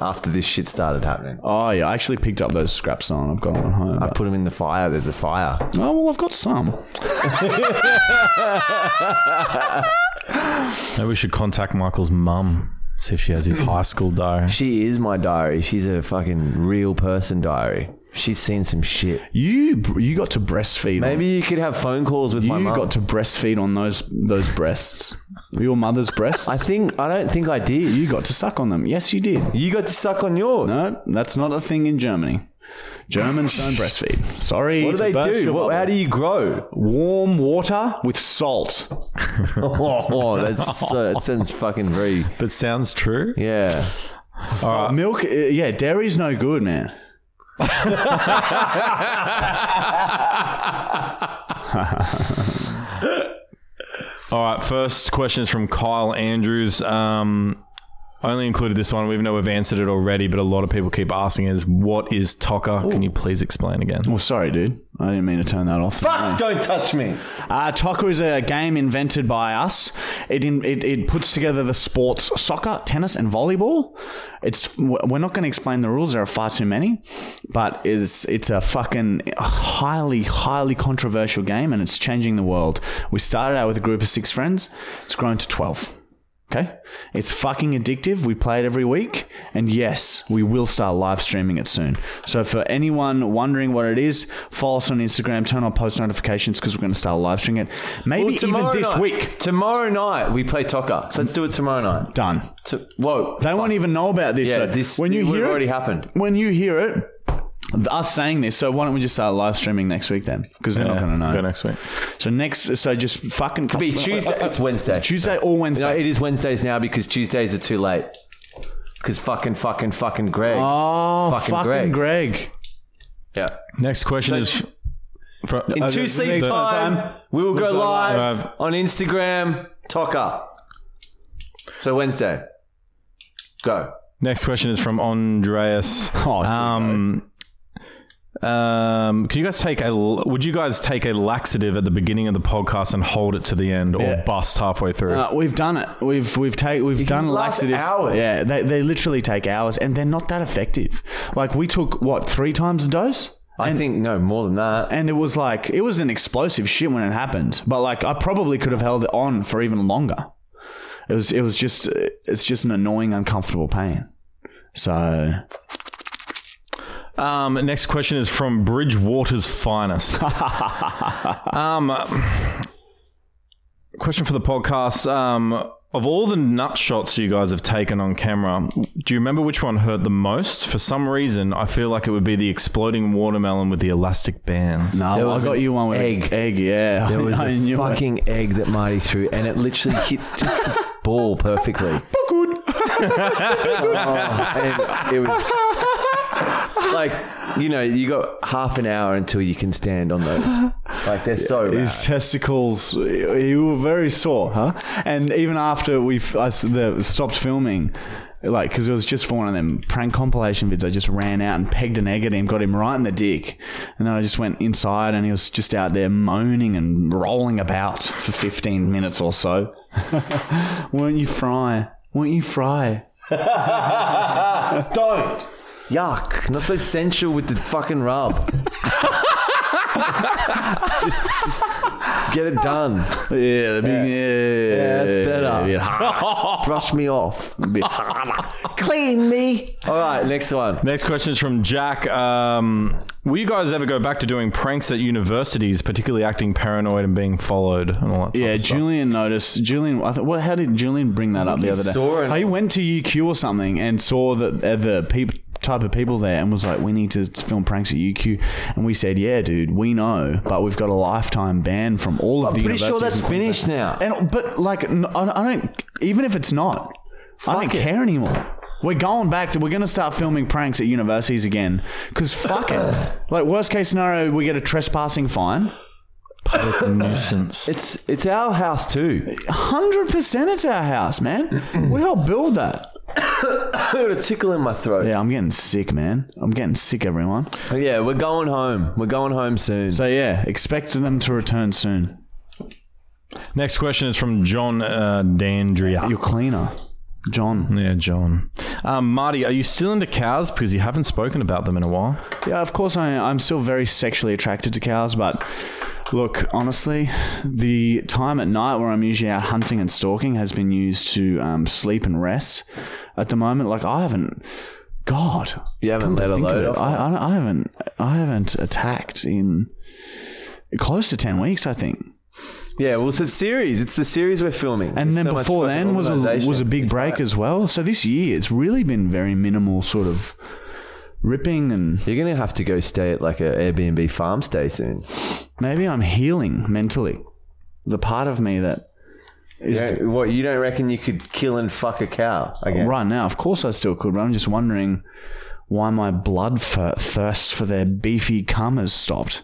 Speaker 2: after this shit started happening.
Speaker 1: Oh yeah, I actually picked up those scraps on. I've got one home.
Speaker 2: I put them in the fire. There's a fire.
Speaker 1: oh well, I've got some.
Speaker 3: Maybe we should contact Michael's mum, see if she has his high school diary.
Speaker 2: She is my diary. She's a fucking real person diary. She's seen some shit.
Speaker 1: You br- you got to breastfeed.
Speaker 2: Maybe you could have phone calls with
Speaker 1: on,
Speaker 2: my
Speaker 1: you
Speaker 2: mum.
Speaker 1: got to breastfeed on those those breasts. Your mother's breasts.
Speaker 2: [LAUGHS] I think I don't think I did.
Speaker 1: you got to suck on them. Yes, you did.
Speaker 2: You got to suck on yours.
Speaker 1: No, that's not a thing in Germany. Germans don't breastfeed. Sorry.
Speaker 2: what do
Speaker 1: to
Speaker 2: they
Speaker 1: burst
Speaker 2: do?
Speaker 1: your
Speaker 2: What,
Speaker 1: bubble.
Speaker 2: how do you grow? [LAUGHS]
Speaker 1: Warm water with salt.
Speaker 2: Oh, that's, so that sounds fucking very
Speaker 3: [LAUGHS] That sounds true.
Speaker 2: yeah.
Speaker 1: Milk. uh, Yeah, dairy's no good, man.
Speaker 3: All right, first question is from Kyle Andrews. Um, I only included this one. We know we've answered it already, but a lot of people keep asking is what is Tocker? Can you please explain again?
Speaker 1: Well, sorry, dude. I didn't mean to turn that off.
Speaker 2: Fuck! Don't touch me.
Speaker 1: Uh, Tocker is a game invented by us. It, in, it it puts together the sports soccer, tennis, and volleyball. It's we're not going to explain the rules. There are far too many, but it's it's a fucking highly highly controversial game, and it's changing the world. We started out with a group of six friends. It's grown to twelve. Okay, it's fucking addictive. We play it every week, and yes, we will start live streaming it soon. So for anyone wondering what it is, follow us on Instagram, turn on post notifications because we're going to start live streaming it. Maybe even this
Speaker 2: night,
Speaker 1: week.
Speaker 2: Tomorrow night we play Tocker. So let's do it tomorrow night.
Speaker 1: Done.
Speaker 2: To, whoa.
Speaker 1: They won't even know about this.
Speaker 2: yeah,
Speaker 1: so
Speaker 2: this
Speaker 1: when you
Speaker 2: it
Speaker 1: hear
Speaker 2: already
Speaker 1: it,
Speaker 2: happened.
Speaker 1: when you hear it, us saying this. So why don't we just start live streaming next week then? Because they're not
Speaker 3: Yeah,
Speaker 1: going to know.
Speaker 3: Go next week.
Speaker 1: So next, so just fucking [LAUGHS]
Speaker 2: Be Tuesday. It's Wednesday.
Speaker 1: Tuesday or Wednesday.
Speaker 2: No, it is Wednesdays now because Tuesdays are too late. Because fucking, fucking, fucking Greg.
Speaker 1: oh,
Speaker 2: fucking
Speaker 1: fucking,
Speaker 2: Greg.
Speaker 1: Greg.
Speaker 2: yeah.
Speaker 3: Next question is from
Speaker 2: In
Speaker 1: Uh,
Speaker 2: two
Speaker 1: the-
Speaker 2: sleeps
Speaker 1: the-
Speaker 2: time, we will go
Speaker 1: go
Speaker 2: live,
Speaker 3: live.
Speaker 2: on Instagram, Tocker. So Wednesday. Go.
Speaker 3: Next question is from Andreas.
Speaker 1: Oh, here we
Speaker 3: um, um, can you guys take a? Would you guys take a laxative at the beginning of the podcast and hold it to the end, or
Speaker 1: Yeah.
Speaker 3: bust halfway through?
Speaker 1: Uh, we've done it. We've we've take we've
Speaker 2: can
Speaker 1: done
Speaker 2: last
Speaker 1: laxatives.
Speaker 2: hours.
Speaker 1: Yeah, they, they literally take hours, and they're not that effective. Like we took what three times a dose,
Speaker 2: I think no more than that.
Speaker 1: and it was like it was an explosive shit when it happened. But like I probably could have held it on for even longer. It was it was just it's just an annoying, uncomfortable pain. So
Speaker 3: Um, next question is from Bridgewater's finest. um, uh, question for the podcast. Um, of all the nut shots you guys have taken on camera, do you remember which one hurt the most? For some reason, I feel like it would be the exploding watermelon with the elastic bands.
Speaker 2: There
Speaker 1: no, I
Speaker 2: was
Speaker 1: got
Speaker 2: an
Speaker 1: you one with
Speaker 2: egg.
Speaker 1: egg. Egg, yeah.
Speaker 2: There [LAUGHS]
Speaker 1: [LAUGHS]
Speaker 2: was
Speaker 1: I
Speaker 2: a
Speaker 1: knew it.
Speaker 2: fucking egg that Marty threw, and it literally hit just [LAUGHS] the ball perfectly. Oh, and it was like you know you got half an hour until you can stand on those. Like they're so bad.
Speaker 1: His testicles, he were very sore, huh? And even after we f- I s- the, stopped filming, like, because it was just for one of them prank compilation vids, I just ran out and pegged an egg at him, got him right in the dick. And then I just went inside and he was just out there moaning and rolling about for 15 minutes or so. [LAUGHS] Won't you fry? Won't you fry? [LAUGHS]
Speaker 2: Don't. Yuck! Not so sensual with the fucking rub. just, just get it done.
Speaker 1: Yeah, the big, yeah,
Speaker 2: Yeah, that's better.
Speaker 1: yeah.
Speaker 2: Brush me [LAUGHS] off. Clean me. All right, next one.
Speaker 3: Next question is from Jack. Um, will you guys ever go back to doing pranks at universities, particularly acting paranoid and being followed and all that? type
Speaker 1: Yeah,
Speaker 3: of stuff?
Speaker 1: Julian noticed. Julian, I th- what? How did Julian bring that up the
Speaker 2: he
Speaker 1: other day?
Speaker 2: saw it.
Speaker 1: He went to UQ or something and saw that uh, the peop- type of people there and was like, "We need to film pranks at UQ." And we said, "Yeah, dude, we know, but we've got a lifetime ban from all of the."
Speaker 2: Pretty sure that's
Speaker 1: universities in
Speaker 2: finished now.
Speaker 1: Queensland." And but like, n- I, I don't. Even if it's not, I don't
Speaker 2: it.
Speaker 1: care anymore. We're going back to. We're going to start filming pranks at universities again. Cause fuck
Speaker 2: [SIGHS]
Speaker 1: it. Like worst case scenario, we get a trespassing fine.
Speaker 2: [LAUGHS]
Speaker 3: Public nuisance.
Speaker 2: It's it's our house [LAUGHS] too.
Speaker 1: Hundred percent, it's our house, man. we helped build that.
Speaker 2: I got a tickle in my throat.
Speaker 1: Yeah, I'm getting sick, man. I'm getting sick, everyone.
Speaker 2: Yeah. we're going home. We're going home soon.
Speaker 1: So yeah, expect them to return soon.
Speaker 3: Next question is from John uh, Dandria.
Speaker 1: Your cleaner, John.
Speaker 3: Yeah, John. Um, Marty, are you still into cows? Because you haven't spoken about them in a while.
Speaker 1: Yeah, of course I, I'm still very sexually attracted to cows, but look, honestly, the time at night where I'm usually out hunting and stalking has been used to um, sleep and rest. At the moment, like I haven't. God,
Speaker 2: You
Speaker 1: come
Speaker 2: haven't
Speaker 1: to
Speaker 2: let a
Speaker 1: think of
Speaker 2: load
Speaker 1: it,
Speaker 2: off,
Speaker 1: I, I, I haven't. I haven't attacked in close to ten weeks. I think.
Speaker 2: yeah, well, it's a series. It's the series we're filming.
Speaker 1: And
Speaker 2: It's
Speaker 1: then
Speaker 2: so much
Speaker 1: before
Speaker 2: fucking
Speaker 1: then was a was a
Speaker 2: organisation.
Speaker 1: big break as well. So this year it's really been very minimal sort of ripping and
Speaker 2: You're gonna have to go stay at like an Airbnb farm stay soon.
Speaker 1: maybe I'm healing mentally. The part of me that is
Speaker 2: Yeah, what you don't reckon you could kill and fuck a cow again?
Speaker 1: right now, of course I still could, but I'm just wondering why my blood fir- thirst for their beefy cum has stopped.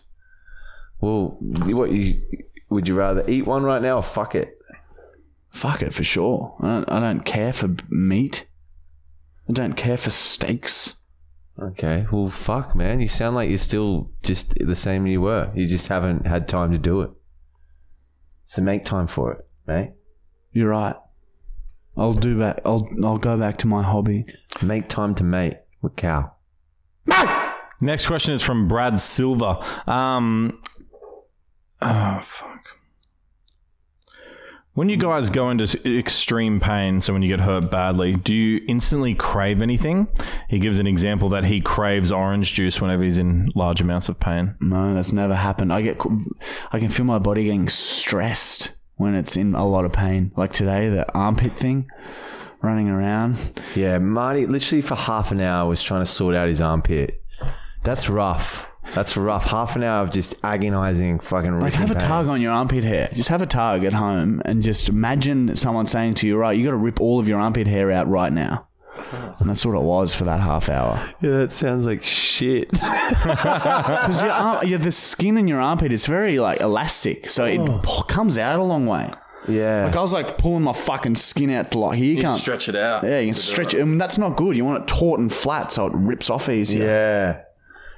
Speaker 2: Well, what you would you rather eat one right now or fuck it?
Speaker 1: Fuck it for sure. I don't, I don't care for b- meat. I don't care for steaks.
Speaker 2: Okay, well, fuck, man. You sound like you're still just the same you were. You just haven't had time to do it. So make time for it, mate.
Speaker 1: You're right. I'll do back. I'll I'll go back to my hobby.
Speaker 2: Make time to mate with cow.
Speaker 3: Next question is from Brad Silver. Um, oh, fuck. When you guys go into s- extreme pain, so when you get hurt badly, do you instantly crave anything? He gives an example that he craves orange juice whenever he's in large amounts of pain.
Speaker 1: No, that's never happened. I get, I can feel my body getting stressed when it's in a lot of pain. Like today, the armpit thing, running around.
Speaker 2: Yeah, Marty literally for half an hour was trying to sort out his armpit. That's rough. That's rough. Half an hour of just agonizing fucking
Speaker 1: Like have a tug on your armpit hair. Just have a tug at home, and just imagine someone saying to you, "Right, you got to rip all of your armpit hair out right now." And that's what it was for that half [LAUGHS] hour.
Speaker 2: Yeah, that sounds
Speaker 1: [LAUGHS]
Speaker 2: like shit.
Speaker 1: Because your arm, yeah, the skin in your armpit is very like elastic, so it p- comes out a long way.
Speaker 2: Yeah.
Speaker 1: Like oh, I was Oh. like pulling my fucking skin out to like here you,
Speaker 4: can
Speaker 1: can't
Speaker 4: stretch it out.
Speaker 1: [LAUGHS] Yeah, you can stretch it. I mean, that's not good. You want it taut and flat so it rips off easier.
Speaker 2: Yeah.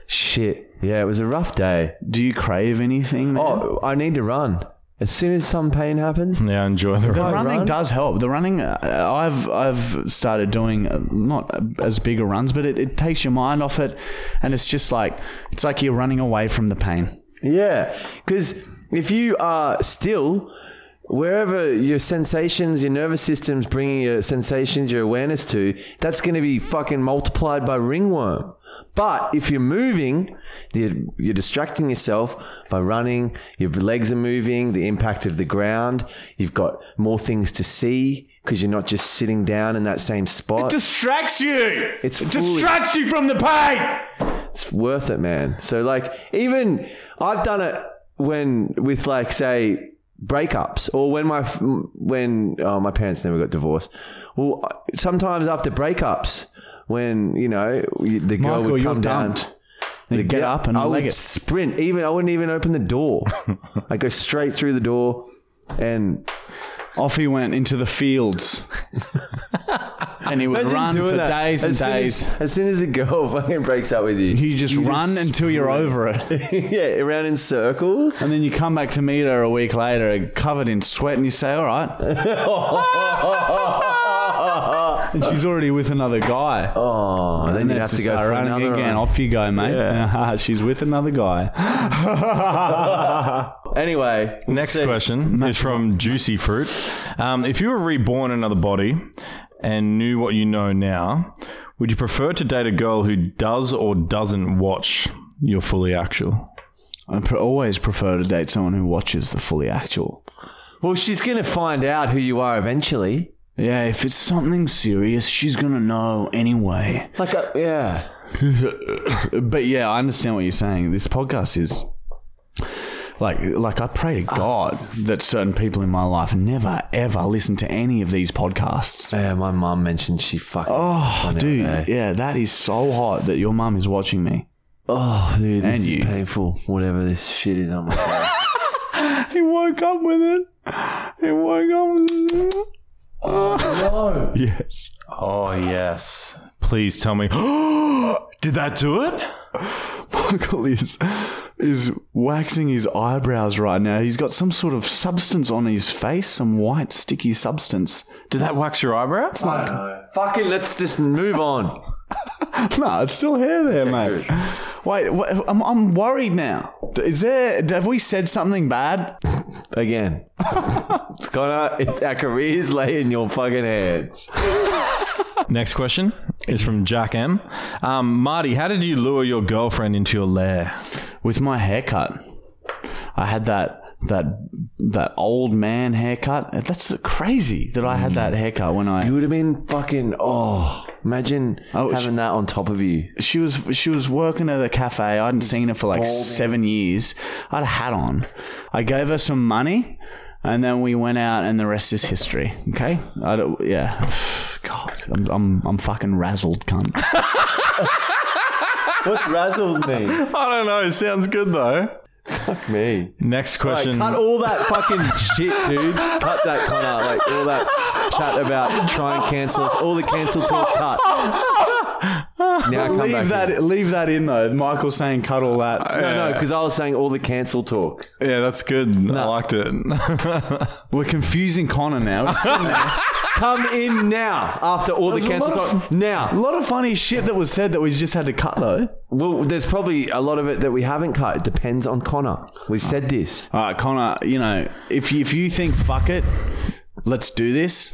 Speaker 2: Shit. Yeah, it was a rough day.
Speaker 1: Do you crave anything? Man?
Speaker 2: Oh, I need to run. As soon as some pain happens,
Speaker 3: Yeah, enjoy the
Speaker 1: The
Speaker 3: ride.
Speaker 1: running
Speaker 2: run?
Speaker 1: does help. The running, uh, I've I've started doing uh, not as bigger runs, but it, it takes your mind off it, and it's just like it's like you're running away from the pain.
Speaker 2: Yeah, because if you are still wherever your sensations, your nervous system's bringing your sensations, your awareness to, that's going to be fucking multiplied by ringworm. But if you're moving, you're, you're distracting yourself by running. Your legs are moving. The impact of the ground. You've got more things to see because you're not just sitting down in that same spot.
Speaker 1: distracts you.
Speaker 2: It's
Speaker 1: it
Speaker 2: fully-
Speaker 1: distracts you from the pain.
Speaker 2: it's worth it, man. So like even I've done it when with like say breakups or when my when oh, my parents never got divorced. Well, sometimes after breakups when you know the girl
Speaker 1: Michael,
Speaker 2: would
Speaker 1: you're
Speaker 2: come down.
Speaker 1: dumped. Then you get
Speaker 2: Yeah,
Speaker 1: up and
Speaker 2: I
Speaker 1: leg
Speaker 2: would
Speaker 1: it.
Speaker 2: sprint. Even I wouldn't even open
Speaker 1: [LAUGHS]
Speaker 2: the door. I go straight through the door, and
Speaker 1: Off he went into the [LAUGHS] fields, and he would run for days and
Speaker 2: as soon
Speaker 1: days.
Speaker 2: As, as soon as a girl [LAUGHS] fucking breaks up with you,
Speaker 1: you just run
Speaker 2: just
Speaker 1: until you're over it.
Speaker 2: [LAUGHS]
Speaker 1: [LAUGHS]
Speaker 2: yeah around in circles.
Speaker 1: And then you come back to meet her a week later, covered in sweat, and you say, All right. [LAUGHS]
Speaker 2: [LAUGHS]
Speaker 1: And she's already with another guy.
Speaker 2: Oh,
Speaker 1: and
Speaker 2: then you'd have
Speaker 1: it's
Speaker 2: to
Speaker 1: just
Speaker 2: go
Speaker 1: like
Speaker 2: for
Speaker 1: running
Speaker 2: another
Speaker 1: again.
Speaker 2: again.
Speaker 1: Off you go, mate. [LAUGHS] Ah, she's with another guy.
Speaker 2: [LAUGHS] Anyway,
Speaker 3: Next question is from Juicy Fruit. Um, if you were reborn another body and knew what you know now, would you prefer to date a girl who does or doesn't watch your fully actual?
Speaker 1: I pre- always prefer to date someone who watches the fully actual.
Speaker 2: well, she's going to find out who you are eventually.
Speaker 1: Yeah, if it's something serious, she's gonna know anyway.
Speaker 2: Like, uh, yeah,
Speaker 1: but yeah, I understand what you're saying. This podcast is like like I pray to God that certain people in my life never ever listen to any of these podcasts.
Speaker 2: yeah. My mum mentioned she fucking.
Speaker 1: Oh, dude,
Speaker 2: eh?
Speaker 1: yeah, that is so hot that your mum is watching me.
Speaker 2: oh, dude, this
Speaker 1: And
Speaker 2: is
Speaker 1: you.
Speaker 2: painful. Whatever this shit is on my
Speaker 1: [LAUGHS]
Speaker 2: phone.
Speaker 1: He woke up with it. He woke up with it. [LAUGHS]
Speaker 2: [LAUGHS] no.
Speaker 1: Yes.
Speaker 3: Oh, yes. Please tell me. [GASPS] Did that do it?
Speaker 1: Michael is is waxing his eyebrows right now. He's got some sort of substance on his face, some white sticky substance. [LAUGHS]
Speaker 3: Did that wax your eyebrow? It's not.
Speaker 2: Fucking, let's just move on.
Speaker 1: No, it's still hair there, mate. Wait, wha I'm, I'm worried now. Is there? Have we said something bad?
Speaker 2: Again, [LAUGHS] Connor, it, our careers lay in your fucking hands.
Speaker 3: Next question is from Jack M. Um, Marty, how did you lure your girlfriend into your lair?
Speaker 1: With my haircut, I had that that that old man haircut. That's crazy that I had that haircut when I.
Speaker 2: You would have been fucking. Oh, imagine
Speaker 1: Oh,
Speaker 2: having that on top of you.
Speaker 1: She was she was working at a cafe. I hadn't seen her for like seven years. I had a hat on. I gave her some money, and then we went out, and the rest is history. Okay, I don't, yeah. [SIGHS] God, I'm, I'm I'm fucking razzled, [LAUGHS] cunt.
Speaker 2: What's razzled me?
Speaker 3: I don't know. It sounds good though.
Speaker 2: me.
Speaker 3: Next question.
Speaker 2: Cut all that fucking shit, dude. Cut that, Connor. Like all that chat about try and cancel us. All the cancel talk. Cut. Now come back.
Speaker 1: leave that
Speaker 2: in.
Speaker 1: leave that in though. Michael saying cut all that.
Speaker 2: No, no, because I was saying all the cancel talk.
Speaker 3: yeah, that's good. I liked it. [LAUGHS]
Speaker 1: We're confusing Connor now. It's still [LAUGHS] there.
Speaker 2: Come in now after all the
Speaker 1: There's a
Speaker 2: cancel
Speaker 1: lot
Speaker 2: talk.
Speaker 1: of- a
Speaker 2: now.
Speaker 1: lot of funny shit that was said that we just had to cut though.
Speaker 2: Well, there's probably a lot of it that we haven't cut. It depends on Connor. We've said this.
Speaker 1: All right, Connor. You know, if you, if you think fuck it, let's do this.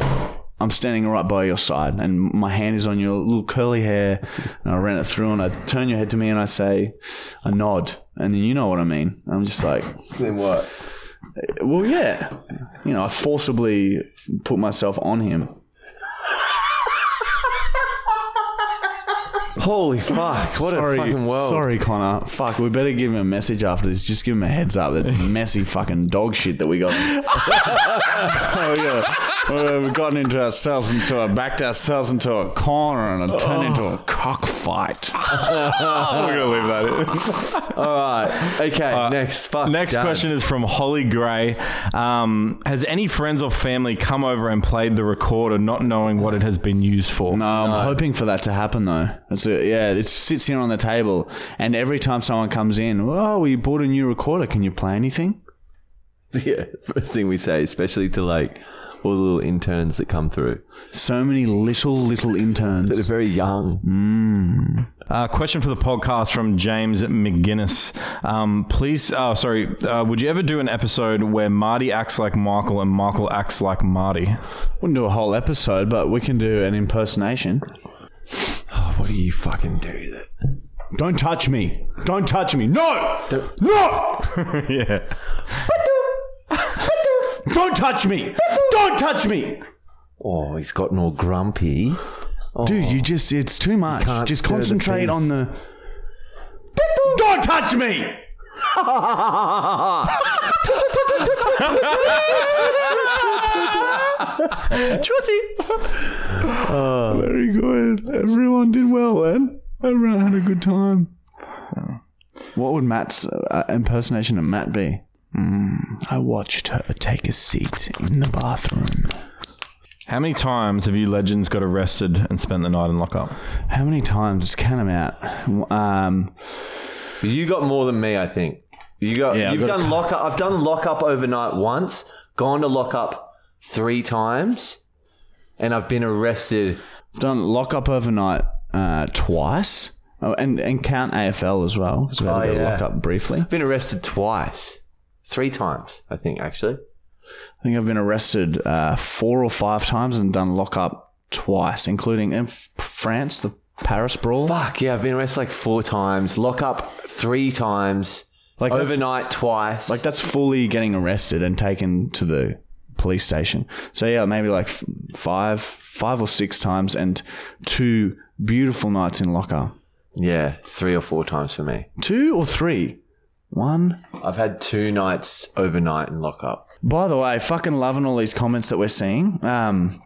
Speaker 1: I'm standing right by your side, and my hand is on your little curly hair, and I ran it through, and I turn your head to me, and I say, I nod, and then you know what I mean. I'm just like,
Speaker 2: Then what?
Speaker 1: well, yeah, you know, I forcibly put myself on him.
Speaker 2: Holy fuck! What
Speaker 1: sorry,
Speaker 2: a fucking world.
Speaker 1: Sorry, Connor. Fuck, we better give him a message after this. Just give him a heads up.
Speaker 2: [LAUGHS]
Speaker 1: That's messy fucking dog shit that we got. Oh, yeah. Uh, We've gotten into ourselves into a backed ourselves into a corner and it turned into
Speaker 2: Oh.
Speaker 1: a
Speaker 2: [LAUGHS]
Speaker 1: cockfight.
Speaker 3: We're gonna leave that in.
Speaker 2: All right. Okay. next. Fuck.
Speaker 3: [LAUGHS] Next
Speaker 2: done.
Speaker 3: question is from Holly Gray. Um, has any friends or family come over and played the recorder, not knowing what it has been used for?
Speaker 1: No, I'm Um, hoping for that to happen though. It's a, yeah, it sits here on the table, and every time someone comes in, oh, we bought a new recorder. Can you play anything?
Speaker 2: [LAUGHS] Yeah. First thing we say, especially to like all the little interns that come through,
Speaker 1: So many little little
Speaker 2: that are
Speaker 1: interns.
Speaker 2: very young.
Speaker 1: Mm.
Speaker 3: Uh, question for the podcast from James McGuinness. Um, please, oh, sorry. Uh, would you ever do an episode where Marty acts like Michael and Michael acts like Marty?
Speaker 1: Wouldn't do a whole episode, but we can do an impersonation.
Speaker 2: Oh, what do you fucking do? That
Speaker 1: Don't touch me! Don't touch me! No!
Speaker 2: Don't-
Speaker 1: No! [LAUGHS]
Speaker 3: yeah.
Speaker 1: Don't touch me! Don't touch me!
Speaker 2: Oh, he's gotten all grumpy.
Speaker 1: Dude, you just, it's too much.
Speaker 2: can't
Speaker 1: Just
Speaker 2: stir the
Speaker 1: concentrate
Speaker 2: beast.
Speaker 1: on the. Don't touch me! Very good. Everyone did well, then. Everyone had a good time. What would Matt's uh, impersonation of Matt be? Mm, I watched her take a seat in the bathroom.
Speaker 3: How many times have you legends got arrested and spent the night in lockup?
Speaker 1: How many times? Just count them out. Um,
Speaker 2: You got more than me, I think. You got.
Speaker 1: Yeah, I've
Speaker 2: you've
Speaker 1: got a
Speaker 2: done lock up. I've done lock up overnight once. Gone to lock up three times, and I've been arrested.
Speaker 1: I've done lock up overnight uh, twice. Oh, and, and count AFL as well, because we had
Speaker 2: Oh,
Speaker 1: a bit of
Speaker 2: yeah.
Speaker 1: lock up briefly.
Speaker 2: I've been arrested twice, three times, I think actually.
Speaker 1: I think I've been arrested uh, four or five times and done lock up twice, including in F- France, the Paris brawl.
Speaker 2: Fuck yeah! I've been arrested like four times. Lock up three times.
Speaker 1: Like that's-
Speaker 2: overnight twice.
Speaker 1: Like that's fully getting arrested and taken to the police station. So yeah, maybe like f- five, five or six times, and two beautiful nights in locker.
Speaker 2: yeah, three or four times for me.
Speaker 1: Two or three. One.
Speaker 2: I've had two nights overnight in lock up.
Speaker 1: By the way, fucking loving all these comments that we're seeing. Um,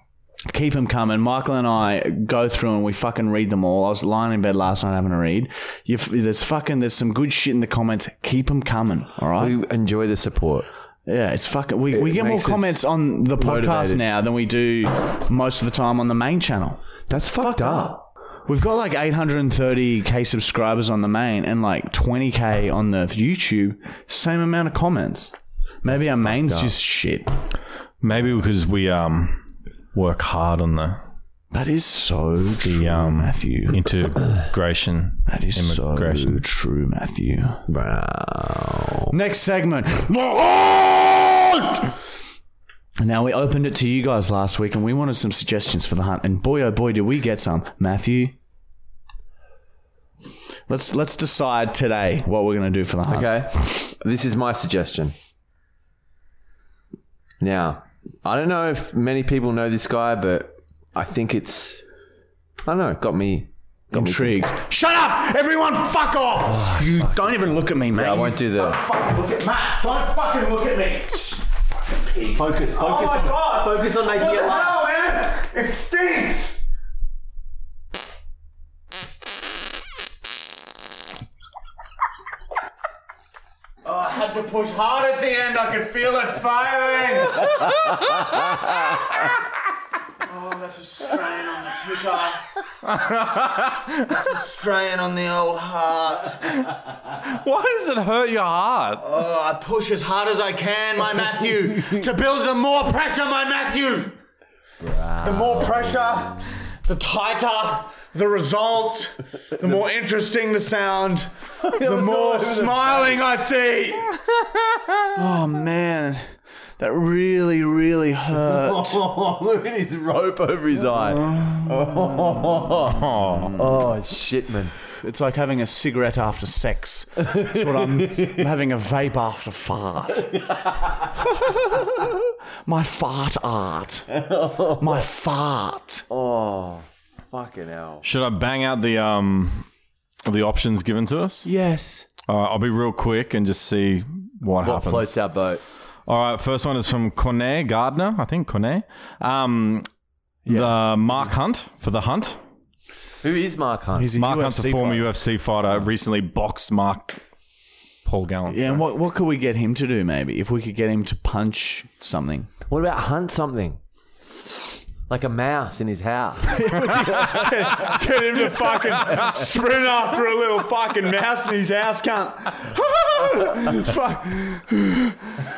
Speaker 1: keep them coming. Michael and I go through and we fucking read them all. I was lying in bed last night having a read. You, there's fucking there's some good shit in the comments. Keep them coming. All right.
Speaker 2: We enjoy the support.
Speaker 1: Yeah, it's fucking. We, we get more
Speaker 2: makes us
Speaker 1: comments on the podcast
Speaker 2: motivated.
Speaker 1: now than we do most of the time on the main channel.
Speaker 2: That's fucked, up.
Speaker 1: We've got like 830k subscribers on the main and like 20k on the YouTube. Same amount of comments. Maybe our main's just shit.
Speaker 3: Maybe because we um, work hard on the,
Speaker 1: That is so true,
Speaker 3: the um,
Speaker 1: Matthew.
Speaker 3: [LAUGHS] integration.
Speaker 1: That is so
Speaker 3: immigration.
Speaker 1: true, Matthew.
Speaker 2: Wow.
Speaker 1: Next segment. The Hunt! Now, we opened it to you guys last week and we wanted some suggestions for the hunt. And boy, oh boy, did we get some. Matthew? Let's, let's decide today what we're going to do for the hunt.
Speaker 2: Okay. This is my suggestion. Now, I don't know if many people know this guy, but I think it's I don't know, got me
Speaker 1: Intrigued. Shut up! Everyone, fuck off! you don't even look at me, mate.
Speaker 2: I won't do the
Speaker 1: Fucking look at Matt. Don't fucking look at me.
Speaker 2: focus, focus on focus on making it [LAUGHS] laugh.
Speaker 1: man? It stinks. Oh, I had to push hard at the end. I could feel it failing. oh, that's a strain on the ticker. That's a strain on the old heart.
Speaker 3: Why does it hurt your heart?
Speaker 1: Oh, I push as hard as I can, my Matthew, to build the more pressure, my Matthew. The more pressure, the tighter the result, the more interesting the sound, the more smiling I see. Oh man, that really, really hurt.
Speaker 2: Oh, look at his rope over his [LAUGHS] eye. Oh, oh shit, man.
Speaker 1: It's like having a cigarette after sex. That's what I'm, I'm having a vape after fart. [LAUGHS] My fart art. My fart.
Speaker 2: Oh, Fucking hell.
Speaker 3: Should I bang out the um the options given to us?
Speaker 1: Yes.
Speaker 3: All right, I'll be real quick and just see
Speaker 2: What
Speaker 3: what, happens.
Speaker 2: floats our boat?
Speaker 3: All right, first one is from Cornet Gardner, I think Cornet. Um, The Mark Hunt for the Hunt.
Speaker 2: Who is Mark Hunt?
Speaker 1: He's a
Speaker 3: Mark
Speaker 1: UFC
Speaker 3: Hunt's a former
Speaker 1: fighter.
Speaker 3: UFC fighter. Recently boxed Mark Paul Gallant.
Speaker 1: Yeah,
Speaker 3: sorry.
Speaker 1: and what, what could we get him to do, maybe? If we could get him to punch something.
Speaker 2: what about hunt something? Like a mouse in his house.
Speaker 1: [LAUGHS] Get him to fucking sprint after a little fucking mouse in his house, cunt. Just, fuck,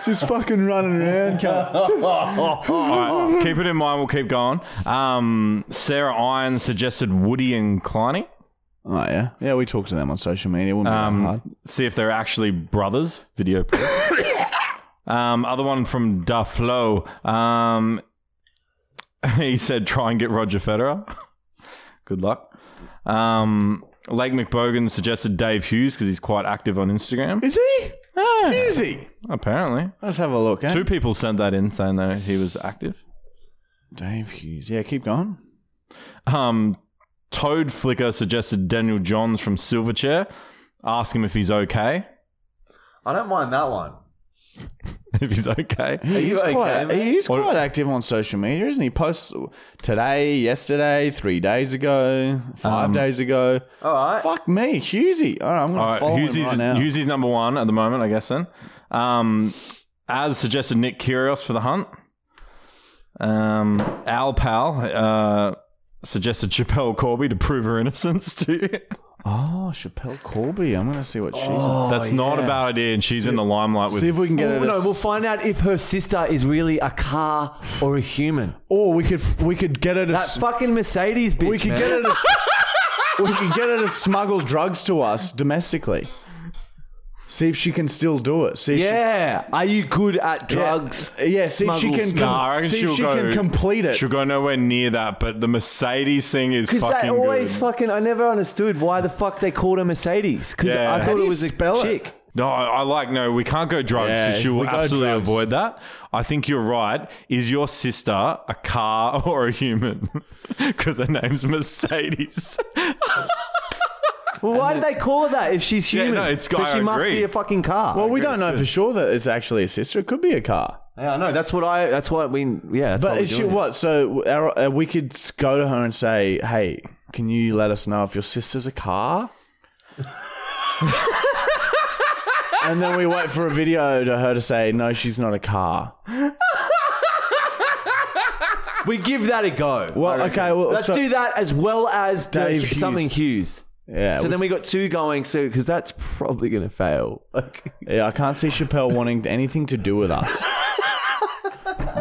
Speaker 1: just fucking running around, cunt.
Speaker 3: All right, keep it in mind. We'll keep going. Um, Sarah Irons suggested Woody and Kleiny.
Speaker 1: Oh, yeah. Yeah, we talked to them on social media. It wouldn't be that hard.
Speaker 3: See if they're actually brothers. Video. proof. um, other one from Dufflo. Um, [LAUGHS] he said, "Try and get Roger Federer." [LAUGHS] Good luck. Um, Lake McBogan suggested Dave Hughes because he's quite active on Instagram.
Speaker 1: Is he?
Speaker 3: Ah,
Speaker 1: Is he?
Speaker 3: apparently,
Speaker 1: Let's have a look, eh?
Speaker 3: two people sent that in saying that he was active.
Speaker 1: Dave Hughes. Yeah, keep going.
Speaker 3: Um, Toad Flicker suggested Daniel Johns from Silverchair. Ask him if he's okay. [LAUGHS]
Speaker 2: I don't mind that one.
Speaker 3: If he's okay.
Speaker 2: you
Speaker 1: He's
Speaker 2: okay,
Speaker 1: quite,
Speaker 2: mate?
Speaker 1: he's quite active on social media, isn't he? Posts today, yesterday, three days ago, five days ago.
Speaker 2: Um, All right.
Speaker 1: Fuck me, Hughesy. All right, I'm going
Speaker 3: All
Speaker 1: to
Speaker 3: right,
Speaker 1: follow
Speaker 3: who's
Speaker 1: him
Speaker 3: his,
Speaker 1: right now.
Speaker 3: who's his number one at the moment? I guess then. Um, as suggested, Nick Kyrgios for the hunt. Um, Al Pal uh, suggested Chappelle Corby to prove her innocence
Speaker 1: [LAUGHS]
Speaker 3: to you.
Speaker 1: Oh, Chappelle Corby. I'm going to see what she's. on.
Speaker 3: That's not a bad idea, and she's in the limelight with.
Speaker 1: Oh, See if we can get
Speaker 2: Well,
Speaker 1: it.
Speaker 2: Oh. no, we'll find out if her sister is really a car or a human.
Speaker 1: or we could we could get her to.
Speaker 2: That
Speaker 1: s-
Speaker 2: fucking Mercedes bitch.
Speaker 1: we could
Speaker 2: man.
Speaker 1: get her to. s- [LAUGHS] we could get her to smuggle drugs to us domestically. See if she can still do it. See if she
Speaker 2: Yeah. Are you good at drugs?
Speaker 1: Yeah, yeah see if she
Speaker 2: smuggles?
Speaker 1: can. com-
Speaker 3: Nah, I reckon
Speaker 1: see if
Speaker 3: she'll
Speaker 1: she
Speaker 3: go-
Speaker 1: can complete it.
Speaker 3: She'll go nowhere near that, but the Mercedes thing is
Speaker 2: Because they
Speaker 3: fucking
Speaker 2: always
Speaker 3: good.
Speaker 2: fucking. I never understood why the fuck they called her Mercedes. Because
Speaker 3: Yeah.
Speaker 2: I
Speaker 3: How
Speaker 2: thought
Speaker 1: do
Speaker 2: it
Speaker 1: you
Speaker 2: was a
Speaker 1: spell it?
Speaker 2: chick.
Speaker 3: No, I I like no. We can't go drugs.
Speaker 1: Yeah,
Speaker 3: so she
Speaker 1: if
Speaker 3: will
Speaker 1: we go
Speaker 3: absolutely
Speaker 1: drugs-
Speaker 3: avoid that. I think you're right. Is your sister a car [LAUGHS] or a human? Because her name's Mercedes. [LAUGHS]
Speaker 2: Well, why did they call her that if she's
Speaker 3: Yeah,
Speaker 2: human?
Speaker 3: no, it's-
Speaker 2: so
Speaker 3: I
Speaker 2: she must
Speaker 3: agree.
Speaker 2: be a fucking car.
Speaker 1: well, we don't know for sure that it's actually a sister. It could be a car.
Speaker 2: yeah, I know. That's what I. That's what we. Yeah. That's
Speaker 1: But
Speaker 2: what
Speaker 1: is she what? So our, uh, we could s- go to her and say, "Hey, can you let us know if your sister's a car?" [LAUGHS] and then we wait for a video to her to say, "No, she's not a car."
Speaker 2: We give that a go.
Speaker 1: Well,
Speaker 2: I reckon.
Speaker 1: okay, well,
Speaker 2: let's
Speaker 1: so-
Speaker 2: do that as well as
Speaker 1: Dave
Speaker 2: Dave
Speaker 1: Hughes.
Speaker 2: something Hughes.
Speaker 1: Yeah.
Speaker 2: So then we got two going. So because that's probably gonna fail. Like,
Speaker 1: [LAUGHS] yeah, I can't see Chappelle wanting anything to do with us.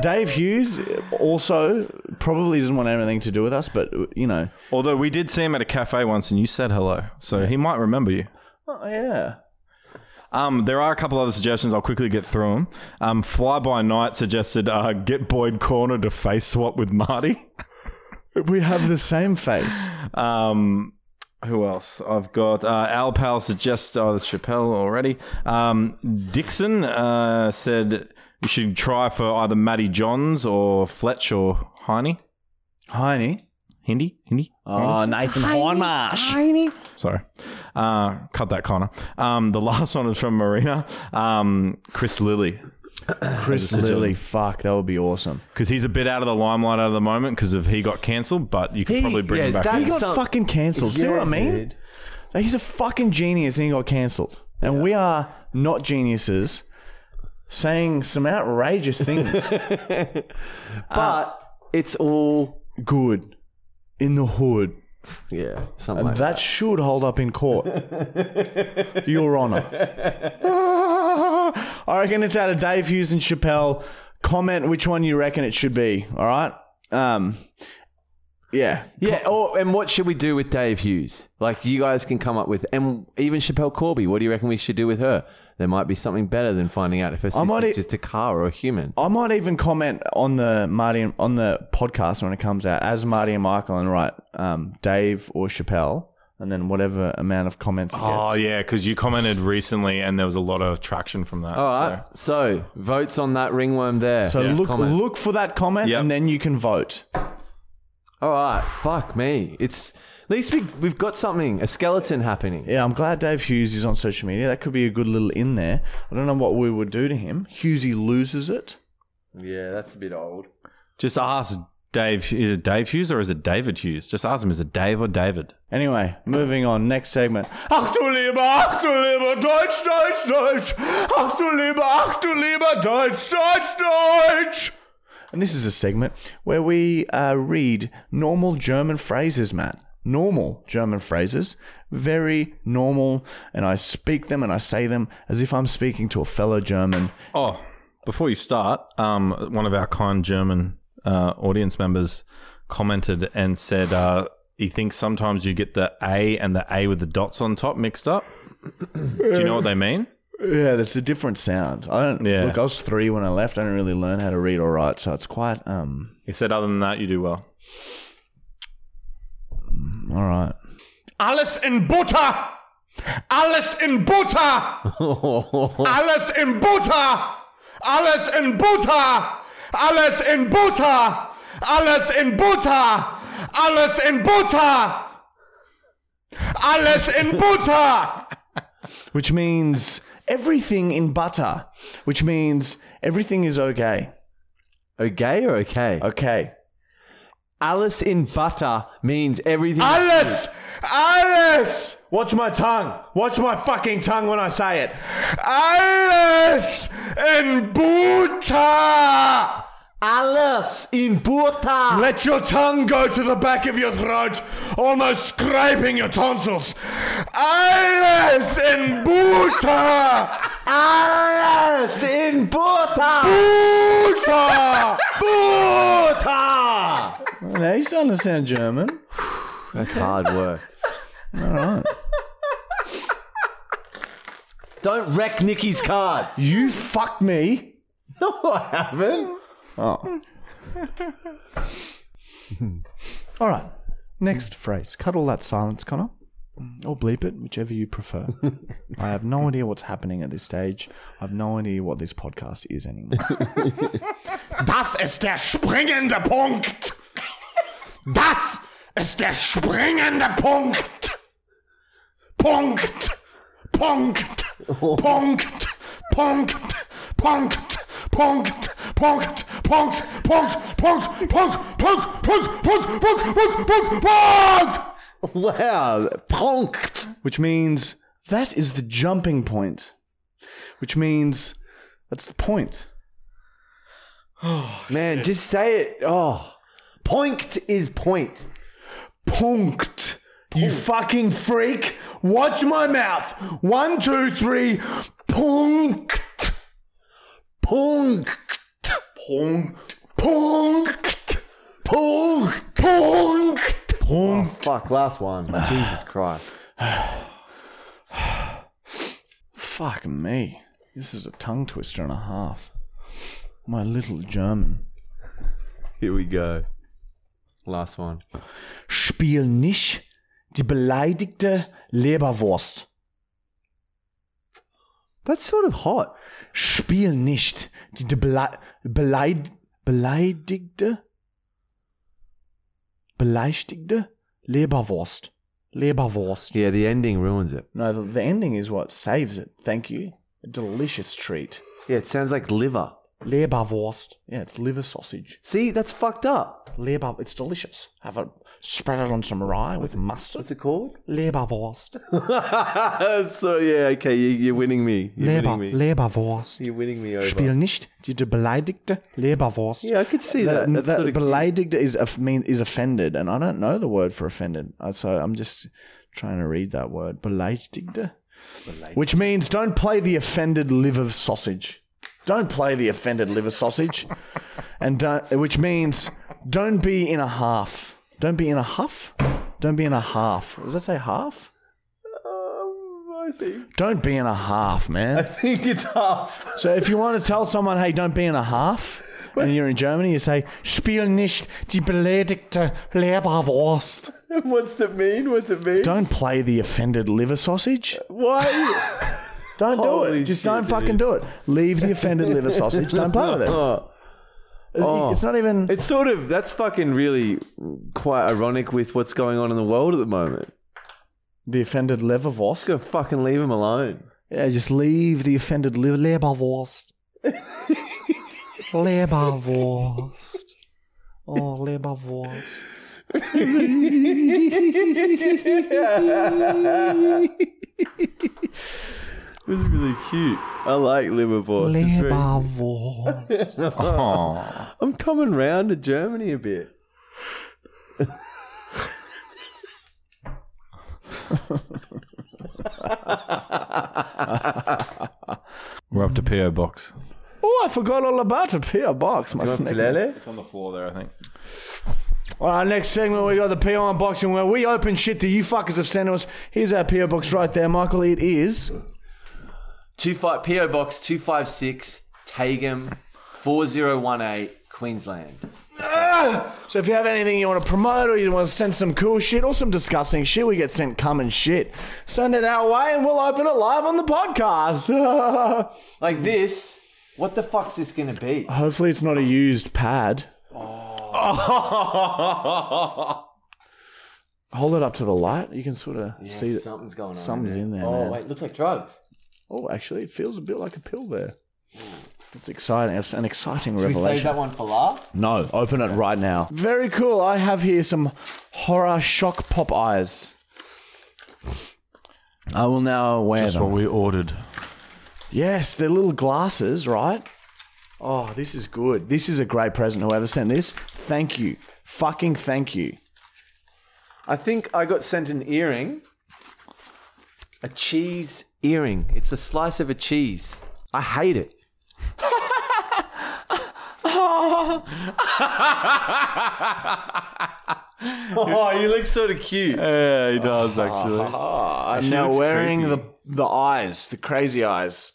Speaker 1: Dave Hughes uh, also probably doesn't want anything to do with us, but uh, you know,
Speaker 3: Although we did see him at a cafe once, and you said hello, so he might remember you.
Speaker 1: oh, yeah.
Speaker 3: Um, there are a couple other suggestions. I'll quickly get through them. Um, Fly by Night suggested uh, get Boyd Corner to face swap with Marty.
Speaker 1: We have the same face.
Speaker 3: Um, who else? I've got uh, Al Pal suggests. Oh, that's Chappelle already. Um, Dixon uh, said you should try for either Matty Johns or Fletch or Heine.
Speaker 1: Heine.
Speaker 3: Hindi? Hindi?
Speaker 1: Oh, Nathan Hindmarsh.
Speaker 3: Sorry. Uh, cut that, Connor. Um, the [LAUGHS] last one is from Marina. Um, Chris Lilly.
Speaker 1: Chris Lilly. Fuck, that would be awesome.
Speaker 3: Because he's a bit out of the limelight at the moment because of he got cancelled, but you could
Speaker 2: He-
Speaker 3: probably bring
Speaker 2: yeah,
Speaker 3: him back.
Speaker 2: that-
Speaker 1: He got
Speaker 2: Some-
Speaker 1: fucking cancelled. See what I mean? Like, He's a fucking genius and he got cancelled. And we are not geniuses saying some outrageous things.
Speaker 2: but it's all
Speaker 1: Good. In the hood.
Speaker 2: yeah. Something
Speaker 1: And
Speaker 2: like
Speaker 1: that should hold up in court. Your Honor. [LAUGHS] I reckon it's out of Dave Hughes and Chappelle. Comment which one you reckon it should be. All right. Um, yeah.
Speaker 2: Yeah, or and what should we do with Dave Hughes? Like you guys can come up with, and even Chappelle Corby. What do you reckon we should do with her? There might be something better than finding out if her sister's
Speaker 1: might e- Oh,
Speaker 2: just a car or a human.
Speaker 1: I might even comment on the Marty and, on the podcast when it comes out as Marty and Michael and write um, Dave or Chappelle, and then whatever amount of comments it gets.
Speaker 3: Oh, yeah, because you commented recently and there was a lot of traction from that.
Speaker 2: All right, so votes on that ringworm there.
Speaker 1: so
Speaker 2: Just
Speaker 1: look
Speaker 2: comment.
Speaker 1: look for that comment,
Speaker 3: Yep.
Speaker 1: and then you can vote.
Speaker 2: All right, fuck me. It's at least we, we've got something, a skeleton happening.
Speaker 1: Yeah, I'm glad Dave Hughes is on social media. That could be a good little in there. I don't know what we would do to him. Hughesy loses it.
Speaker 2: Yeah, that's a bit [LAUGHS] old.
Speaker 3: Just ask Dave. Is it Dave Hughes or is it David Hughes? Just ask him. Is it Dave or David?
Speaker 1: Anyway, moving on. Next segment. Ach du lieber, ach du lieber, Deutsch, Deutsch, Deutsch. Ach du lieber, ach du lieber, Deutsch, Deutsch, Deutsch. And this is a segment where we uh, read normal German phrases, Matt. Normal German phrases. Very normal. And I speak them and I say them as if I'm speaking to a fellow German.
Speaker 3: Oh, before you start, um, one of our kind German uh, audience members commented and said uh, he thinks sometimes you get the A and the A with the dots on top mixed up. Do you know what they mean?
Speaker 1: Yeah, that's a different sound. I don't.
Speaker 3: Yeah.
Speaker 1: Look, I was three when I left. I didn't really learn how to read or write, so it's quite. Um.
Speaker 3: He said, other than that, you do well.
Speaker 1: All right. Alles in Butter. Alles in Butter. Oh. Alles in Butter. Alles in Butter. Alles in Butter. Alles in Butter. Alles in Butter. Alles in Butter. [LAUGHS] Which means everything in butter. Which means everything is okay.
Speaker 2: Okay or okay?
Speaker 1: Okay.
Speaker 2: Alice in butter means everything.
Speaker 1: Alice! Alice! Watch my tongue. Watch my fucking tongue when I say it. Alice in Buta!
Speaker 2: Alice in butter.
Speaker 1: Let your tongue go to the back of your throat, almost scraping your tonsils. Alice in Buta!
Speaker 2: Alice in butter.
Speaker 1: Buta!
Speaker 2: [LAUGHS] Butter.
Speaker 1: Now he's starting to sound German.
Speaker 2: That's hard work. All right. Don't wreck Nikki's cards.
Speaker 1: You fuck me.
Speaker 2: No, I haven't.
Speaker 1: Oh. All right. Next phrase. Cut all that silence, Connor. Or bleep it, whichever you prefer. [LAUGHS] I have no idea what's happening at this stage. I have no idea what this podcast is anymore. [LAUGHS] das ist der springende Punkt. Das ist der springende Punkt. Punkt. Punkt. Punkt. Punkt. Punkt. Punkt. Punkt. Punkt. Punkt. Punkt. Punkt. Punkt. Punkt. Punkt. Punkt. Punkt. Punkt.
Speaker 2: Wow, pronked.
Speaker 1: Which means that is the jumping point. Which means that's the point.
Speaker 2: Man, just say it. Oh, point is point.
Speaker 1: Punkt. You fucking freak. Watch my mouth. One, two, three. Punkt.
Speaker 2: Punkt.
Speaker 1: Punkt. Punkt. Punkt. Punkt. Punkt.
Speaker 2: Fuck, last [SIGHS] one. Jesus Christ.
Speaker 1: Fuck me. This is a tongue twister and a half. My little German.
Speaker 2: Here we go. Last one.
Speaker 1: Spiel nicht die beleidigte Leberwurst.
Speaker 2: That's sort of hot.
Speaker 1: Spiel nicht die, die Bele Beleid beleidigte beleidigte Leberwurst. Leberwurst.
Speaker 2: Yeah, the ending ruins it.
Speaker 1: No, the, the ending is what saves it. Thank you. A delicious treat.
Speaker 2: Yeah, it sounds like liver.
Speaker 1: Leberwurst. Yeah, it's liver sausage.
Speaker 2: See, that's fucked up.
Speaker 1: Leber. It's delicious. Have a spread it on some rye with mustard.
Speaker 2: What's it called?
Speaker 1: Leberwurst.
Speaker 2: [LAUGHS] so yeah, okay, you, you're winning me. You're
Speaker 1: Leber.
Speaker 2: winning me.
Speaker 1: Leberwurst.
Speaker 2: You're winning me over.
Speaker 1: Spiel nicht die, die beleidigte Leberwurst.
Speaker 2: Yeah, I could see that.
Speaker 1: that,
Speaker 2: That's
Speaker 1: that
Speaker 2: sort of
Speaker 1: beleidigt is of- mean is offended, and I don't know the word for offended, Uh, so I'm just trying to read that word beleidigte, which means don't play the offended liver sausage. Don't play the offended liver sausage, and don't, which means don't be in a half. Don't be in a huff. Don't be in a half. Does that say half?
Speaker 2: [LAUGHS] I think. [LAUGHS]
Speaker 1: Don't be in a half, man.
Speaker 2: I think it's half. [LAUGHS]
Speaker 1: So if you want to tell someone, hey, don't be in a half, and you're in Germany, you say, spiel nicht die beleidigte Leberwurst.
Speaker 2: What's it mean? What's it mean?
Speaker 1: Don't play the offended liver sausage.
Speaker 2: Why?
Speaker 1: [LAUGHS] Don't do
Speaker 2: Holy
Speaker 1: it. Just
Speaker 2: shit,
Speaker 1: don't fucking
Speaker 2: dude. [LAUGHS]
Speaker 1: do it. Leave the offended liver sausage. Don't play with it.
Speaker 2: Oh.
Speaker 1: It's not even.
Speaker 2: It's sort of that's fucking really quite ironic with what's going on in the world at the moment.
Speaker 1: the offended
Speaker 2: Just
Speaker 1: Levervost.
Speaker 2: gonna fucking leave him alone.
Speaker 1: Yeah, just leave the offended Le- Leberwurst. Leberwurst. Oh, Leberwurst.
Speaker 2: It was really cute. I like Liverpool. It's very- [LAUGHS]
Speaker 1: Leberwurst.
Speaker 3: Aw.
Speaker 2: I'm coming round to Germany a bit.
Speaker 3: We're up to PO box.
Speaker 1: Oh, I forgot all about a peer box. My snake.
Speaker 2: Filele?
Speaker 3: It's on the floor there, I think.
Speaker 1: All right, next segment, we got the peer unboxing where we open shit that you fuckers have sent us. Here's our peer box right there, Michael. It is.
Speaker 2: Two five PO Box two five six Tagum four zero one eight Queensland.
Speaker 1: So if you have anything you want to promote or you want to send some cool shit or some disgusting shit, we get sent cum and shit. Send it our way and we'll open it live on the podcast. [LAUGHS]
Speaker 2: Like this. What the fuck's this gonna be?
Speaker 1: Hopefully it's not a used
Speaker 2: [LAUGHS]
Speaker 1: pad. Hold it up to the light. You can sort of see that.
Speaker 2: something's going on.
Speaker 1: something's in there,
Speaker 2: Oh
Speaker 1: man.
Speaker 2: wait, looks like drugs.
Speaker 1: Oh, actually, it feels a bit like a pill there.
Speaker 3: Hmm.
Speaker 1: It's exciting. It's an exciting
Speaker 2: We
Speaker 1: revelation.
Speaker 2: saved that one for last.
Speaker 1: No, open it right now. Very cool. I have here some horror shock pop eyes. I will now wear
Speaker 3: That's
Speaker 1: them.
Speaker 3: what we ordered.
Speaker 1: Yes, they're little glasses, right? Oh, this is good. This is a great present. Whoever sent this, thank you. Fucking thank you.
Speaker 2: I think I got sent an earring. A cheese earring. It's a slice of a cheese. I hate [LAUGHS] it. oh, you look sort of cute.
Speaker 3: Yeah, he does actually.
Speaker 1: I'm
Speaker 3: she
Speaker 1: now
Speaker 3: looks
Speaker 1: Oh, wearing
Speaker 3: creepy.
Speaker 1: the the eyes, the crazy eyes.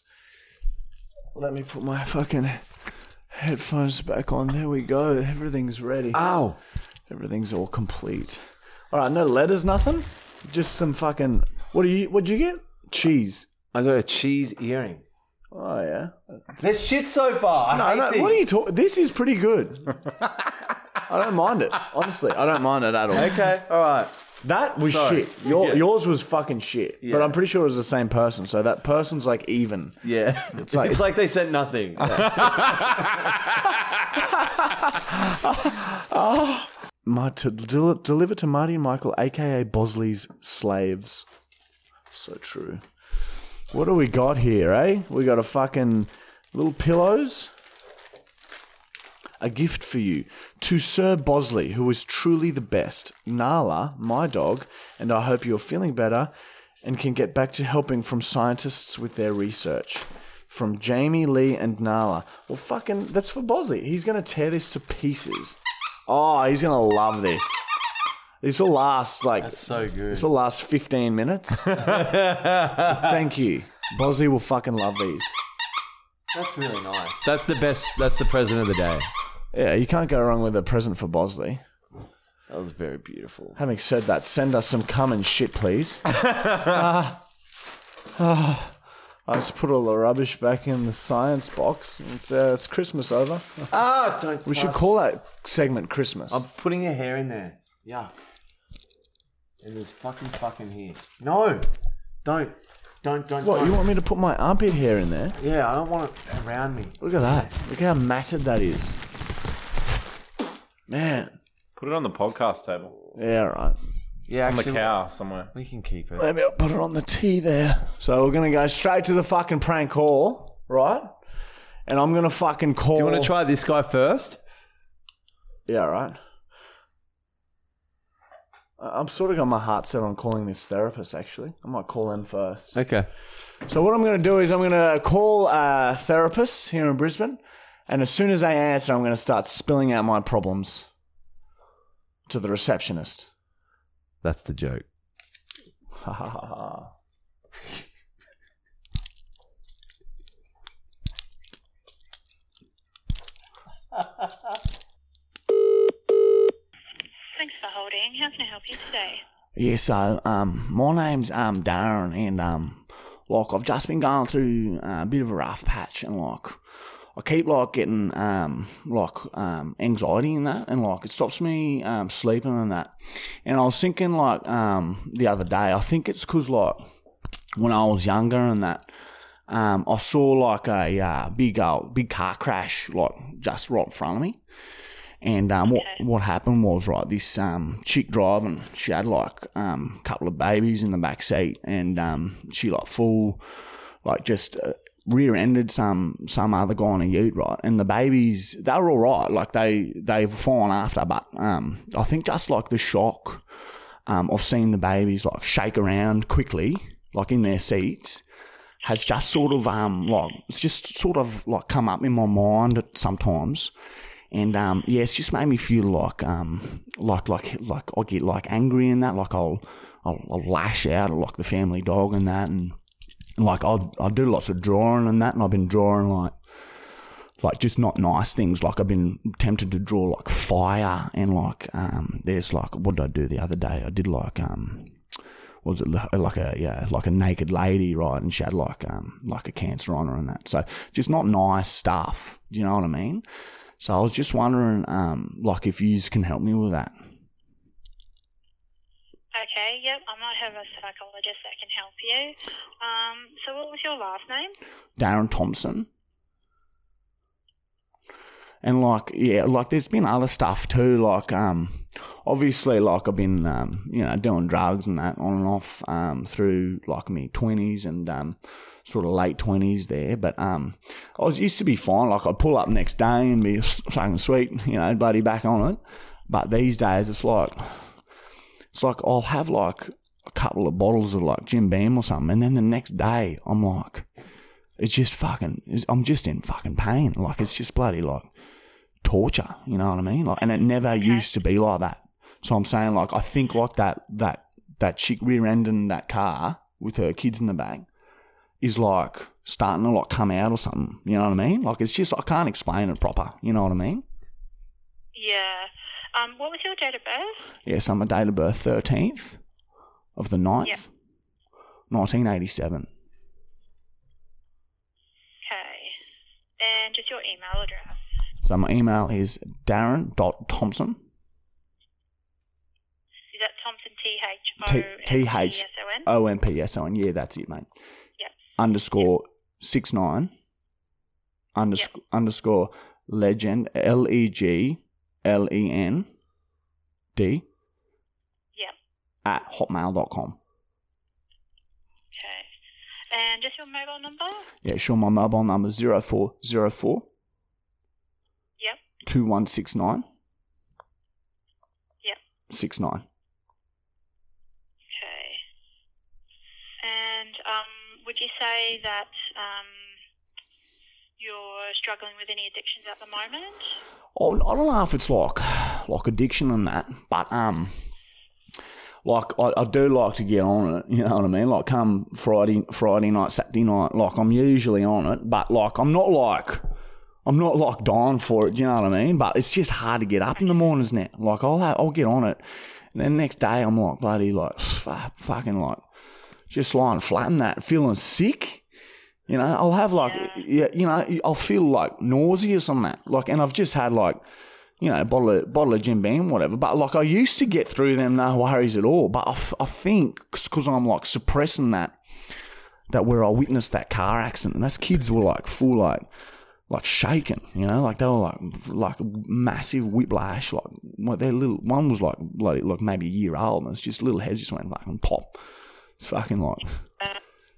Speaker 1: Let me put my fucking headphones back on. There we go. Everything's ready.
Speaker 2: [LAUGHS] Ow.
Speaker 1: Everything's all complete. All right, no letters, nothing. Just some fucking. What do you? What'd you get? Cheese.
Speaker 2: I got a cheese earring.
Speaker 1: Oh yeah.
Speaker 2: There's shit so far. I
Speaker 1: I
Speaker 2: hate
Speaker 1: don't,
Speaker 2: these.
Speaker 1: what are you talking? This is pretty [LAUGHS] good. I don't mind it. Honestly, I don't mind it at all.
Speaker 2: Okay, all right.
Speaker 1: That was
Speaker 2: Sorry.
Speaker 1: shit. Your,
Speaker 2: Yeah.
Speaker 1: Yours was fucking shit.
Speaker 2: Yeah.
Speaker 1: But I'm pretty sure it was the same person. So that person's like even.
Speaker 2: Yeah. [LAUGHS] It's
Speaker 1: like-
Speaker 2: like, they sent [LAUGHS] nothing.
Speaker 1: My, to del- deliver to Marty and Michael, aka Bosley's slaves. So true. What do we got here, eh? We got a fucking little pillows. A gift for you to Sir Bosley, who is truly the best. Nala, my dog, and I hope you're feeling better and can get back to helping from scientists with their research. From Jamie Lee and Nala. Well, fucking, that's for Bosley. He's gonna tear this to pieces. Oh, he's gonna love this. This will last like
Speaker 2: so good.
Speaker 1: this will last 15 minutes. Thank you. Bosley will fucking love these.
Speaker 2: That's really nice. That's the best. That's the present of the day.
Speaker 1: Yeah, you can't go wrong with a present for Bosley.
Speaker 2: That was very beautiful.
Speaker 1: Having said that, send us some cum and shit, please. I just put all the rubbish back in the science box. It's, uh, it's Christmas over.
Speaker 2: Ah, don't.
Speaker 1: We should call that segment Christmas.
Speaker 2: I'm putting your hair in there. Yuck. And there's fucking fucking here. No, don't, don't, don't.
Speaker 1: what,
Speaker 2: don't.
Speaker 1: you want me to put my armpit hair in there?
Speaker 2: Yeah, I don't want it around me.
Speaker 1: Look at that. Look how matted that is. Man.
Speaker 3: Put it on the podcast table.
Speaker 1: Yeah, right.
Speaker 2: Yeah,
Speaker 3: On the
Speaker 2: actually,
Speaker 3: cow somewhere.
Speaker 2: we can keep it.
Speaker 1: Let me put it on the tee there. So we're gonna go straight to the fucking prank call, right? And I'm gonna fucking call.
Speaker 2: You want to try this guy first?
Speaker 1: Yeah, right. I- I'm sort of got my heart set on calling this therapist. Actually, I might call them first.
Speaker 2: Okay.
Speaker 1: So what I'm gonna do is I'm gonna call a therapist here in Brisbane, and as soon as they answer, I'm gonna start spilling out my problems to the receptionist.
Speaker 2: That's the joke.
Speaker 1: Ha ha ha ha.
Speaker 4: Thanks for holding. How can I help you today?
Speaker 1: Yeah, so um, my name's um Darren, and um, like I've just been going through uh, a bit of a rough patch, and like I keep like getting um like um anxiety and that, and like it stops me um sleeping and that. And I was thinking like um the other day, I think it's cause like when I was younger and that. Um, I saw like a uh, big old, big car crash like just right in front of me, and um, what what happened was right this um chick driving, she had like um couple of babies in the back seat, and um she like full like just uh, rear-ended some some other guy in a ute, right? And the babies they were all right, like they they were fine after, but um I think just like the shock um of seeing the babies like shake around quickly, like in their seats. Has just sort of um like it's just sort of like come up in my mind at sometimes, and um yeah, it's just made me feel like um like like like I get like angry and that like I'll I'll, I'll lash out at like the family dog and that and like I I do lots of drawing and that, and I've been drawing like like just not nice things. Like I've been tempted to draw like fire and like um there's like what did I do the other day? I did like um was it li- like a yeah like a naked lady right and she had like um like a cancer on her and that so just not nice stuff do you know what i mean so i was just wondering um like if you can help me with that
Speaker 4: Okay, yep, I might have a psychologist that can help you. Um, so what was your last name?
Speaker 1: Darren Thompson. And like yeah, like there's been other stuff too. Like um, obviously like I've been um, you know doing drugs and that on and off um through like me twenties and um sort of late twenties there. But um, I was used to be fine. Like I'd pull up next day and be fucking sweet, you know, bloody back on it. But these days it's like it's like I'll have like a couple of bottles of like Jim Beam or something, and then the next day I'm like, it's just fucking, it's, I'm just in fucking pain. Like it's just bloody like torture. You know what I mean? Like, and it never used to be like that. So I'm saying like I think like that that that chick rear-ending that car with her kids in the back is like starting to like come out or something. You know what I mean? Like it's just I can't explain it proper. You know what I mean?
Speaker 4: Yeah. Um, what was your date of birth?
Speaker 1: Yes, I'm a date of birth 13th of the 9th,
Speaker 4: Yeah.
Speaker 1: 1987.
Speaker 4: Okay. And just your email address.
Speaker 1: So my email is darren.thompson.
Speaker 4: Is that Thompson T H O E
Speaker 1: T T H Oh.
Speaker 4: S Oh, O N?
Speaker 1: O M P S O N. Yeah, that's it, mate.
Speaker 4: Yep.
Speaker 1: Underscore six nine. Underscore underscore legend L E G L E N D
Speaker 4: Yep.
Speaker 1: at hotmail.com.
Speaker 4: Okay. And just your mobile number?
Speaker 1: Yeah, sure. My mobile number is 0404
Speaker 4: Yep.
Speaker 1: 2169
Speaker 4: Yep.
Speaker 1: 69.
Speaker 4: Okay. And um, would you say that um, you're struggling with any addictions at the moment?
Speaker 1: Oh, I don't know if it's like like addiction and that, but um, like I, I do like to get on it. You know what I mean? Like come Friday, Friday night, Saturday night, like I'm usually on it, but like I'm not like I'm not like dying for it. You know what I mean? But it's just hard to get up in the mornings now. Like I'll have, I'll get on it, and then next day I'm like bloody like fu- fucking like just lying flat in that, feeling sick. You know, I'll have like, yeah, you know, I'll feel like nauseous on that. Like, and I've just had like, you know, a bottle of, bottle of Jim Beam, whatever. But like, I used to get through them, no worries at all. But I, f- I think because I'm like suppressing that, that where I witnessed that car accident, and those kids were like full, like, like shaking, you know, like they were like, like massive whiplash. Like, what their little one was like, bloody, like maybe a year old, and it's just little heads just went fucking pop. It's fucking like.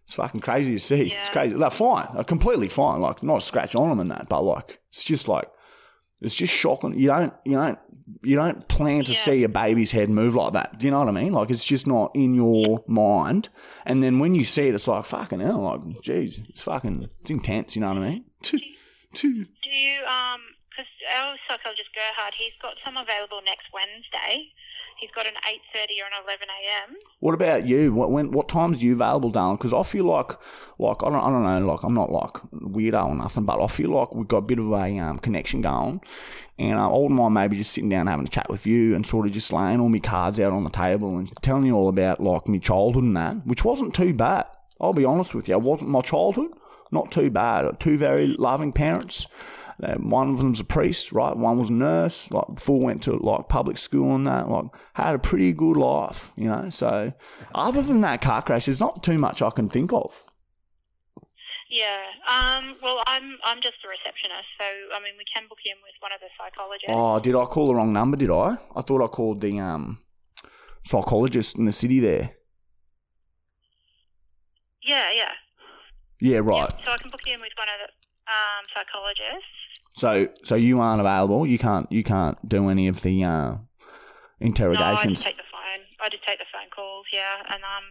Speaker 1: It's fucking crazy to see. It's
Speaker 4: Yeah.
Speaker 1: crazy. Like fine, like, completely fine. Like not a scratch on them and that, but like it's just like it's just shocking. You don't you don't you don't plan to
Speaker 4: Yeah.
Speaker 1: see a baby's head move like that. Do you know what I mean? Like it's just not in your mind. And then when you see it, it's like fucking hell. Like geez, it's fucking it's intense. You know what I mean? Two, two.
Speaker 4: Do you, um, because our psychologist Gerhard, he's got some available next Wednesday. He's got an 8.30 or an 11 a.m.
Speaker 1: What about you? What when? What times are you available, darling? Because I feel like, like I don't, I don't know, like I'm not like weirdo or nothing, but I feel like we've got a bit of a um, connection going, and uh, I wouldn't mind maybe just sitting down having a chat with you and sort of just laying all my cards out on the table and telling you all about like my childhood and that, which wasn't too bad. I'll be honest with you, it wasn't my childhood. not too bad. Two very loving parents. Uh, One of them's a priest, right? One was a nurse. Like before, went to like public school and that. Like had a pretty good life, you know. So, other than that car crash, there's not too much I can think of.
Speaker 4: Yeah. Um, well, I'm I'm just a receptionist, so I mean we can book you in with one of the psychologists.
Speaker 1: Oh, did I call the wrong number? Did I? I thought I called the um psychologist in the city there.
Speaker 4: Yeah, yeah.
Speaker 1: Yeah, right.
Speaker 4: So I can book you in with one of the um, psychologists.
Speaker 1: So so you aren't available. You can't you can't do any of the uh,
Speaker 4: No, I
Speaker 1: interrogations.
Speaker 4: just take the phone. I just take the phone calls. Yeah, and um,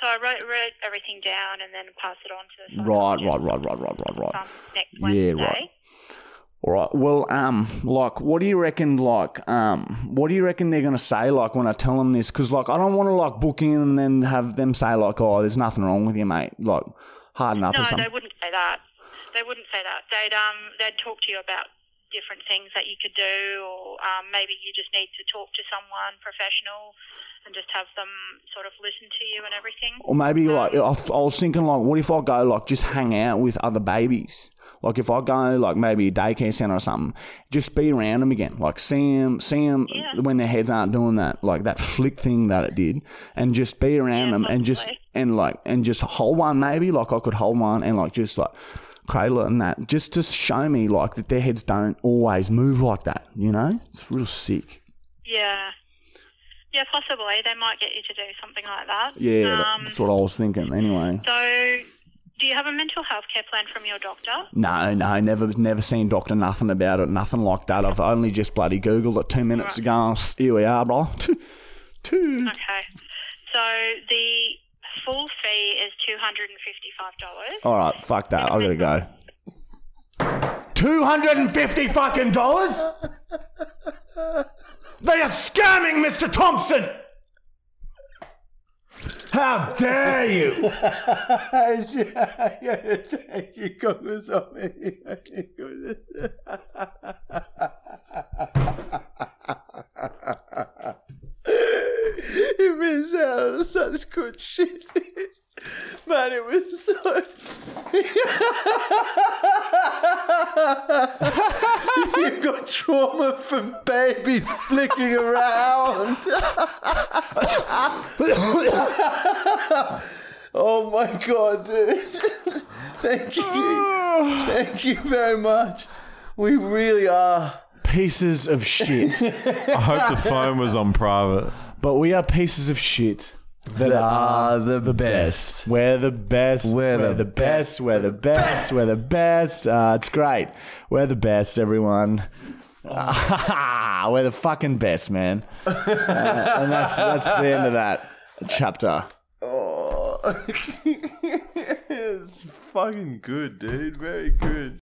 Speaker 4: so I wrote wrote everything down and then passed it on to the
Speaker 1: right,
Speaker 4: psychologist,
Speaker 1: right, right, right, right, right, right.
Speaker 4: Um, next
Speaker 1: Yeah,
Speaker 4: Wednesday.
Speaker 1: right. All right. Well, um, like, what do you reckon? Like, um, what do you reckon they're gonna say? Like, when I tell them this, because like, I don't want to like book in and then have them say like, "Oh, there's nothing wrong with you, mate." Like, harden up
Speaker 4: No,
Speaker 1: or
Speaker 4: they
Speaker 1: something.
Speaker 4: wouldn't say that. They wouldn't say that. They'd um, they'd talk to you about different things that you could do, or um, maybe you just need to talk to someone professional and just have them sort of listen to you and everything.
Speaker 1: Or maybe
Speaker 4: Um,
Speaker 1: like I, I was thinking like, what if I go like just hang out with other babies? Like if I go like maybe a daycare center or something, just be around them again. Like see them, see 'em
Speaker 4: Yeah.
Speaker 1: when their heads aren't doing that, like that flick thing that it did, and just be around
Speaker 4: Yeah,
Speaker 1: them and just
Speaker 4: possibly.
Speaker 1: and like and just hold one maybe. Like I could hold one and like just like cradle it and that, just to show me like that their heads don't always move like that. You know, it's real sick.
Speaker 4: Yeah. Yeah, possibly. They might get you to do something like that.
Speaker 1: Yeah, that-
Speaker 4: Um,
Speaker 1: that's what I was thinking. Anyway.
Speaker 4: so, do you have a mental health care plan from your doctor?
Speaker 1: No, no, never, never seen doctor nothing about it, nothing like that. I've only just bloody googled it two minutes ago. and s- Here we are, bro. [LAUGHS] Two.
Speaker 4: Okay. So, the full fee is $255.
Speaker 1: All right, fuck that. I gotta go. Two hundred and fifty fucking dollars. They are scamming Mr. Thompson. How dare you?
Speaker 2: [LAUGHS] It was uh, such good shit. Man, it was so. you got trauma from babies flicking around. oh my god, dude. [LAUGHS] Thank [SIGHS] you. Thank you very much. We really are.
Speaker 5: Pieces of shit.
Speaker 1: [LAUGHS]
Speaker 3: I hope the phone was on private.
Speaker 5: but we are pieces of shit.
Speaker 2: That are the, [LAUGHS] best.
Speaker 5: We're the best.
Speaker 2: We're the
Speaker 5: best. We're the best. We're the best. Uh, it's great. We're the best, [LAUGHS] everyone. we're the fucking best, man. Uh, and that's that's the end of that chapter.
Speaker 2: [LAUGHS] Oh. it's fucking good, dude. Very good.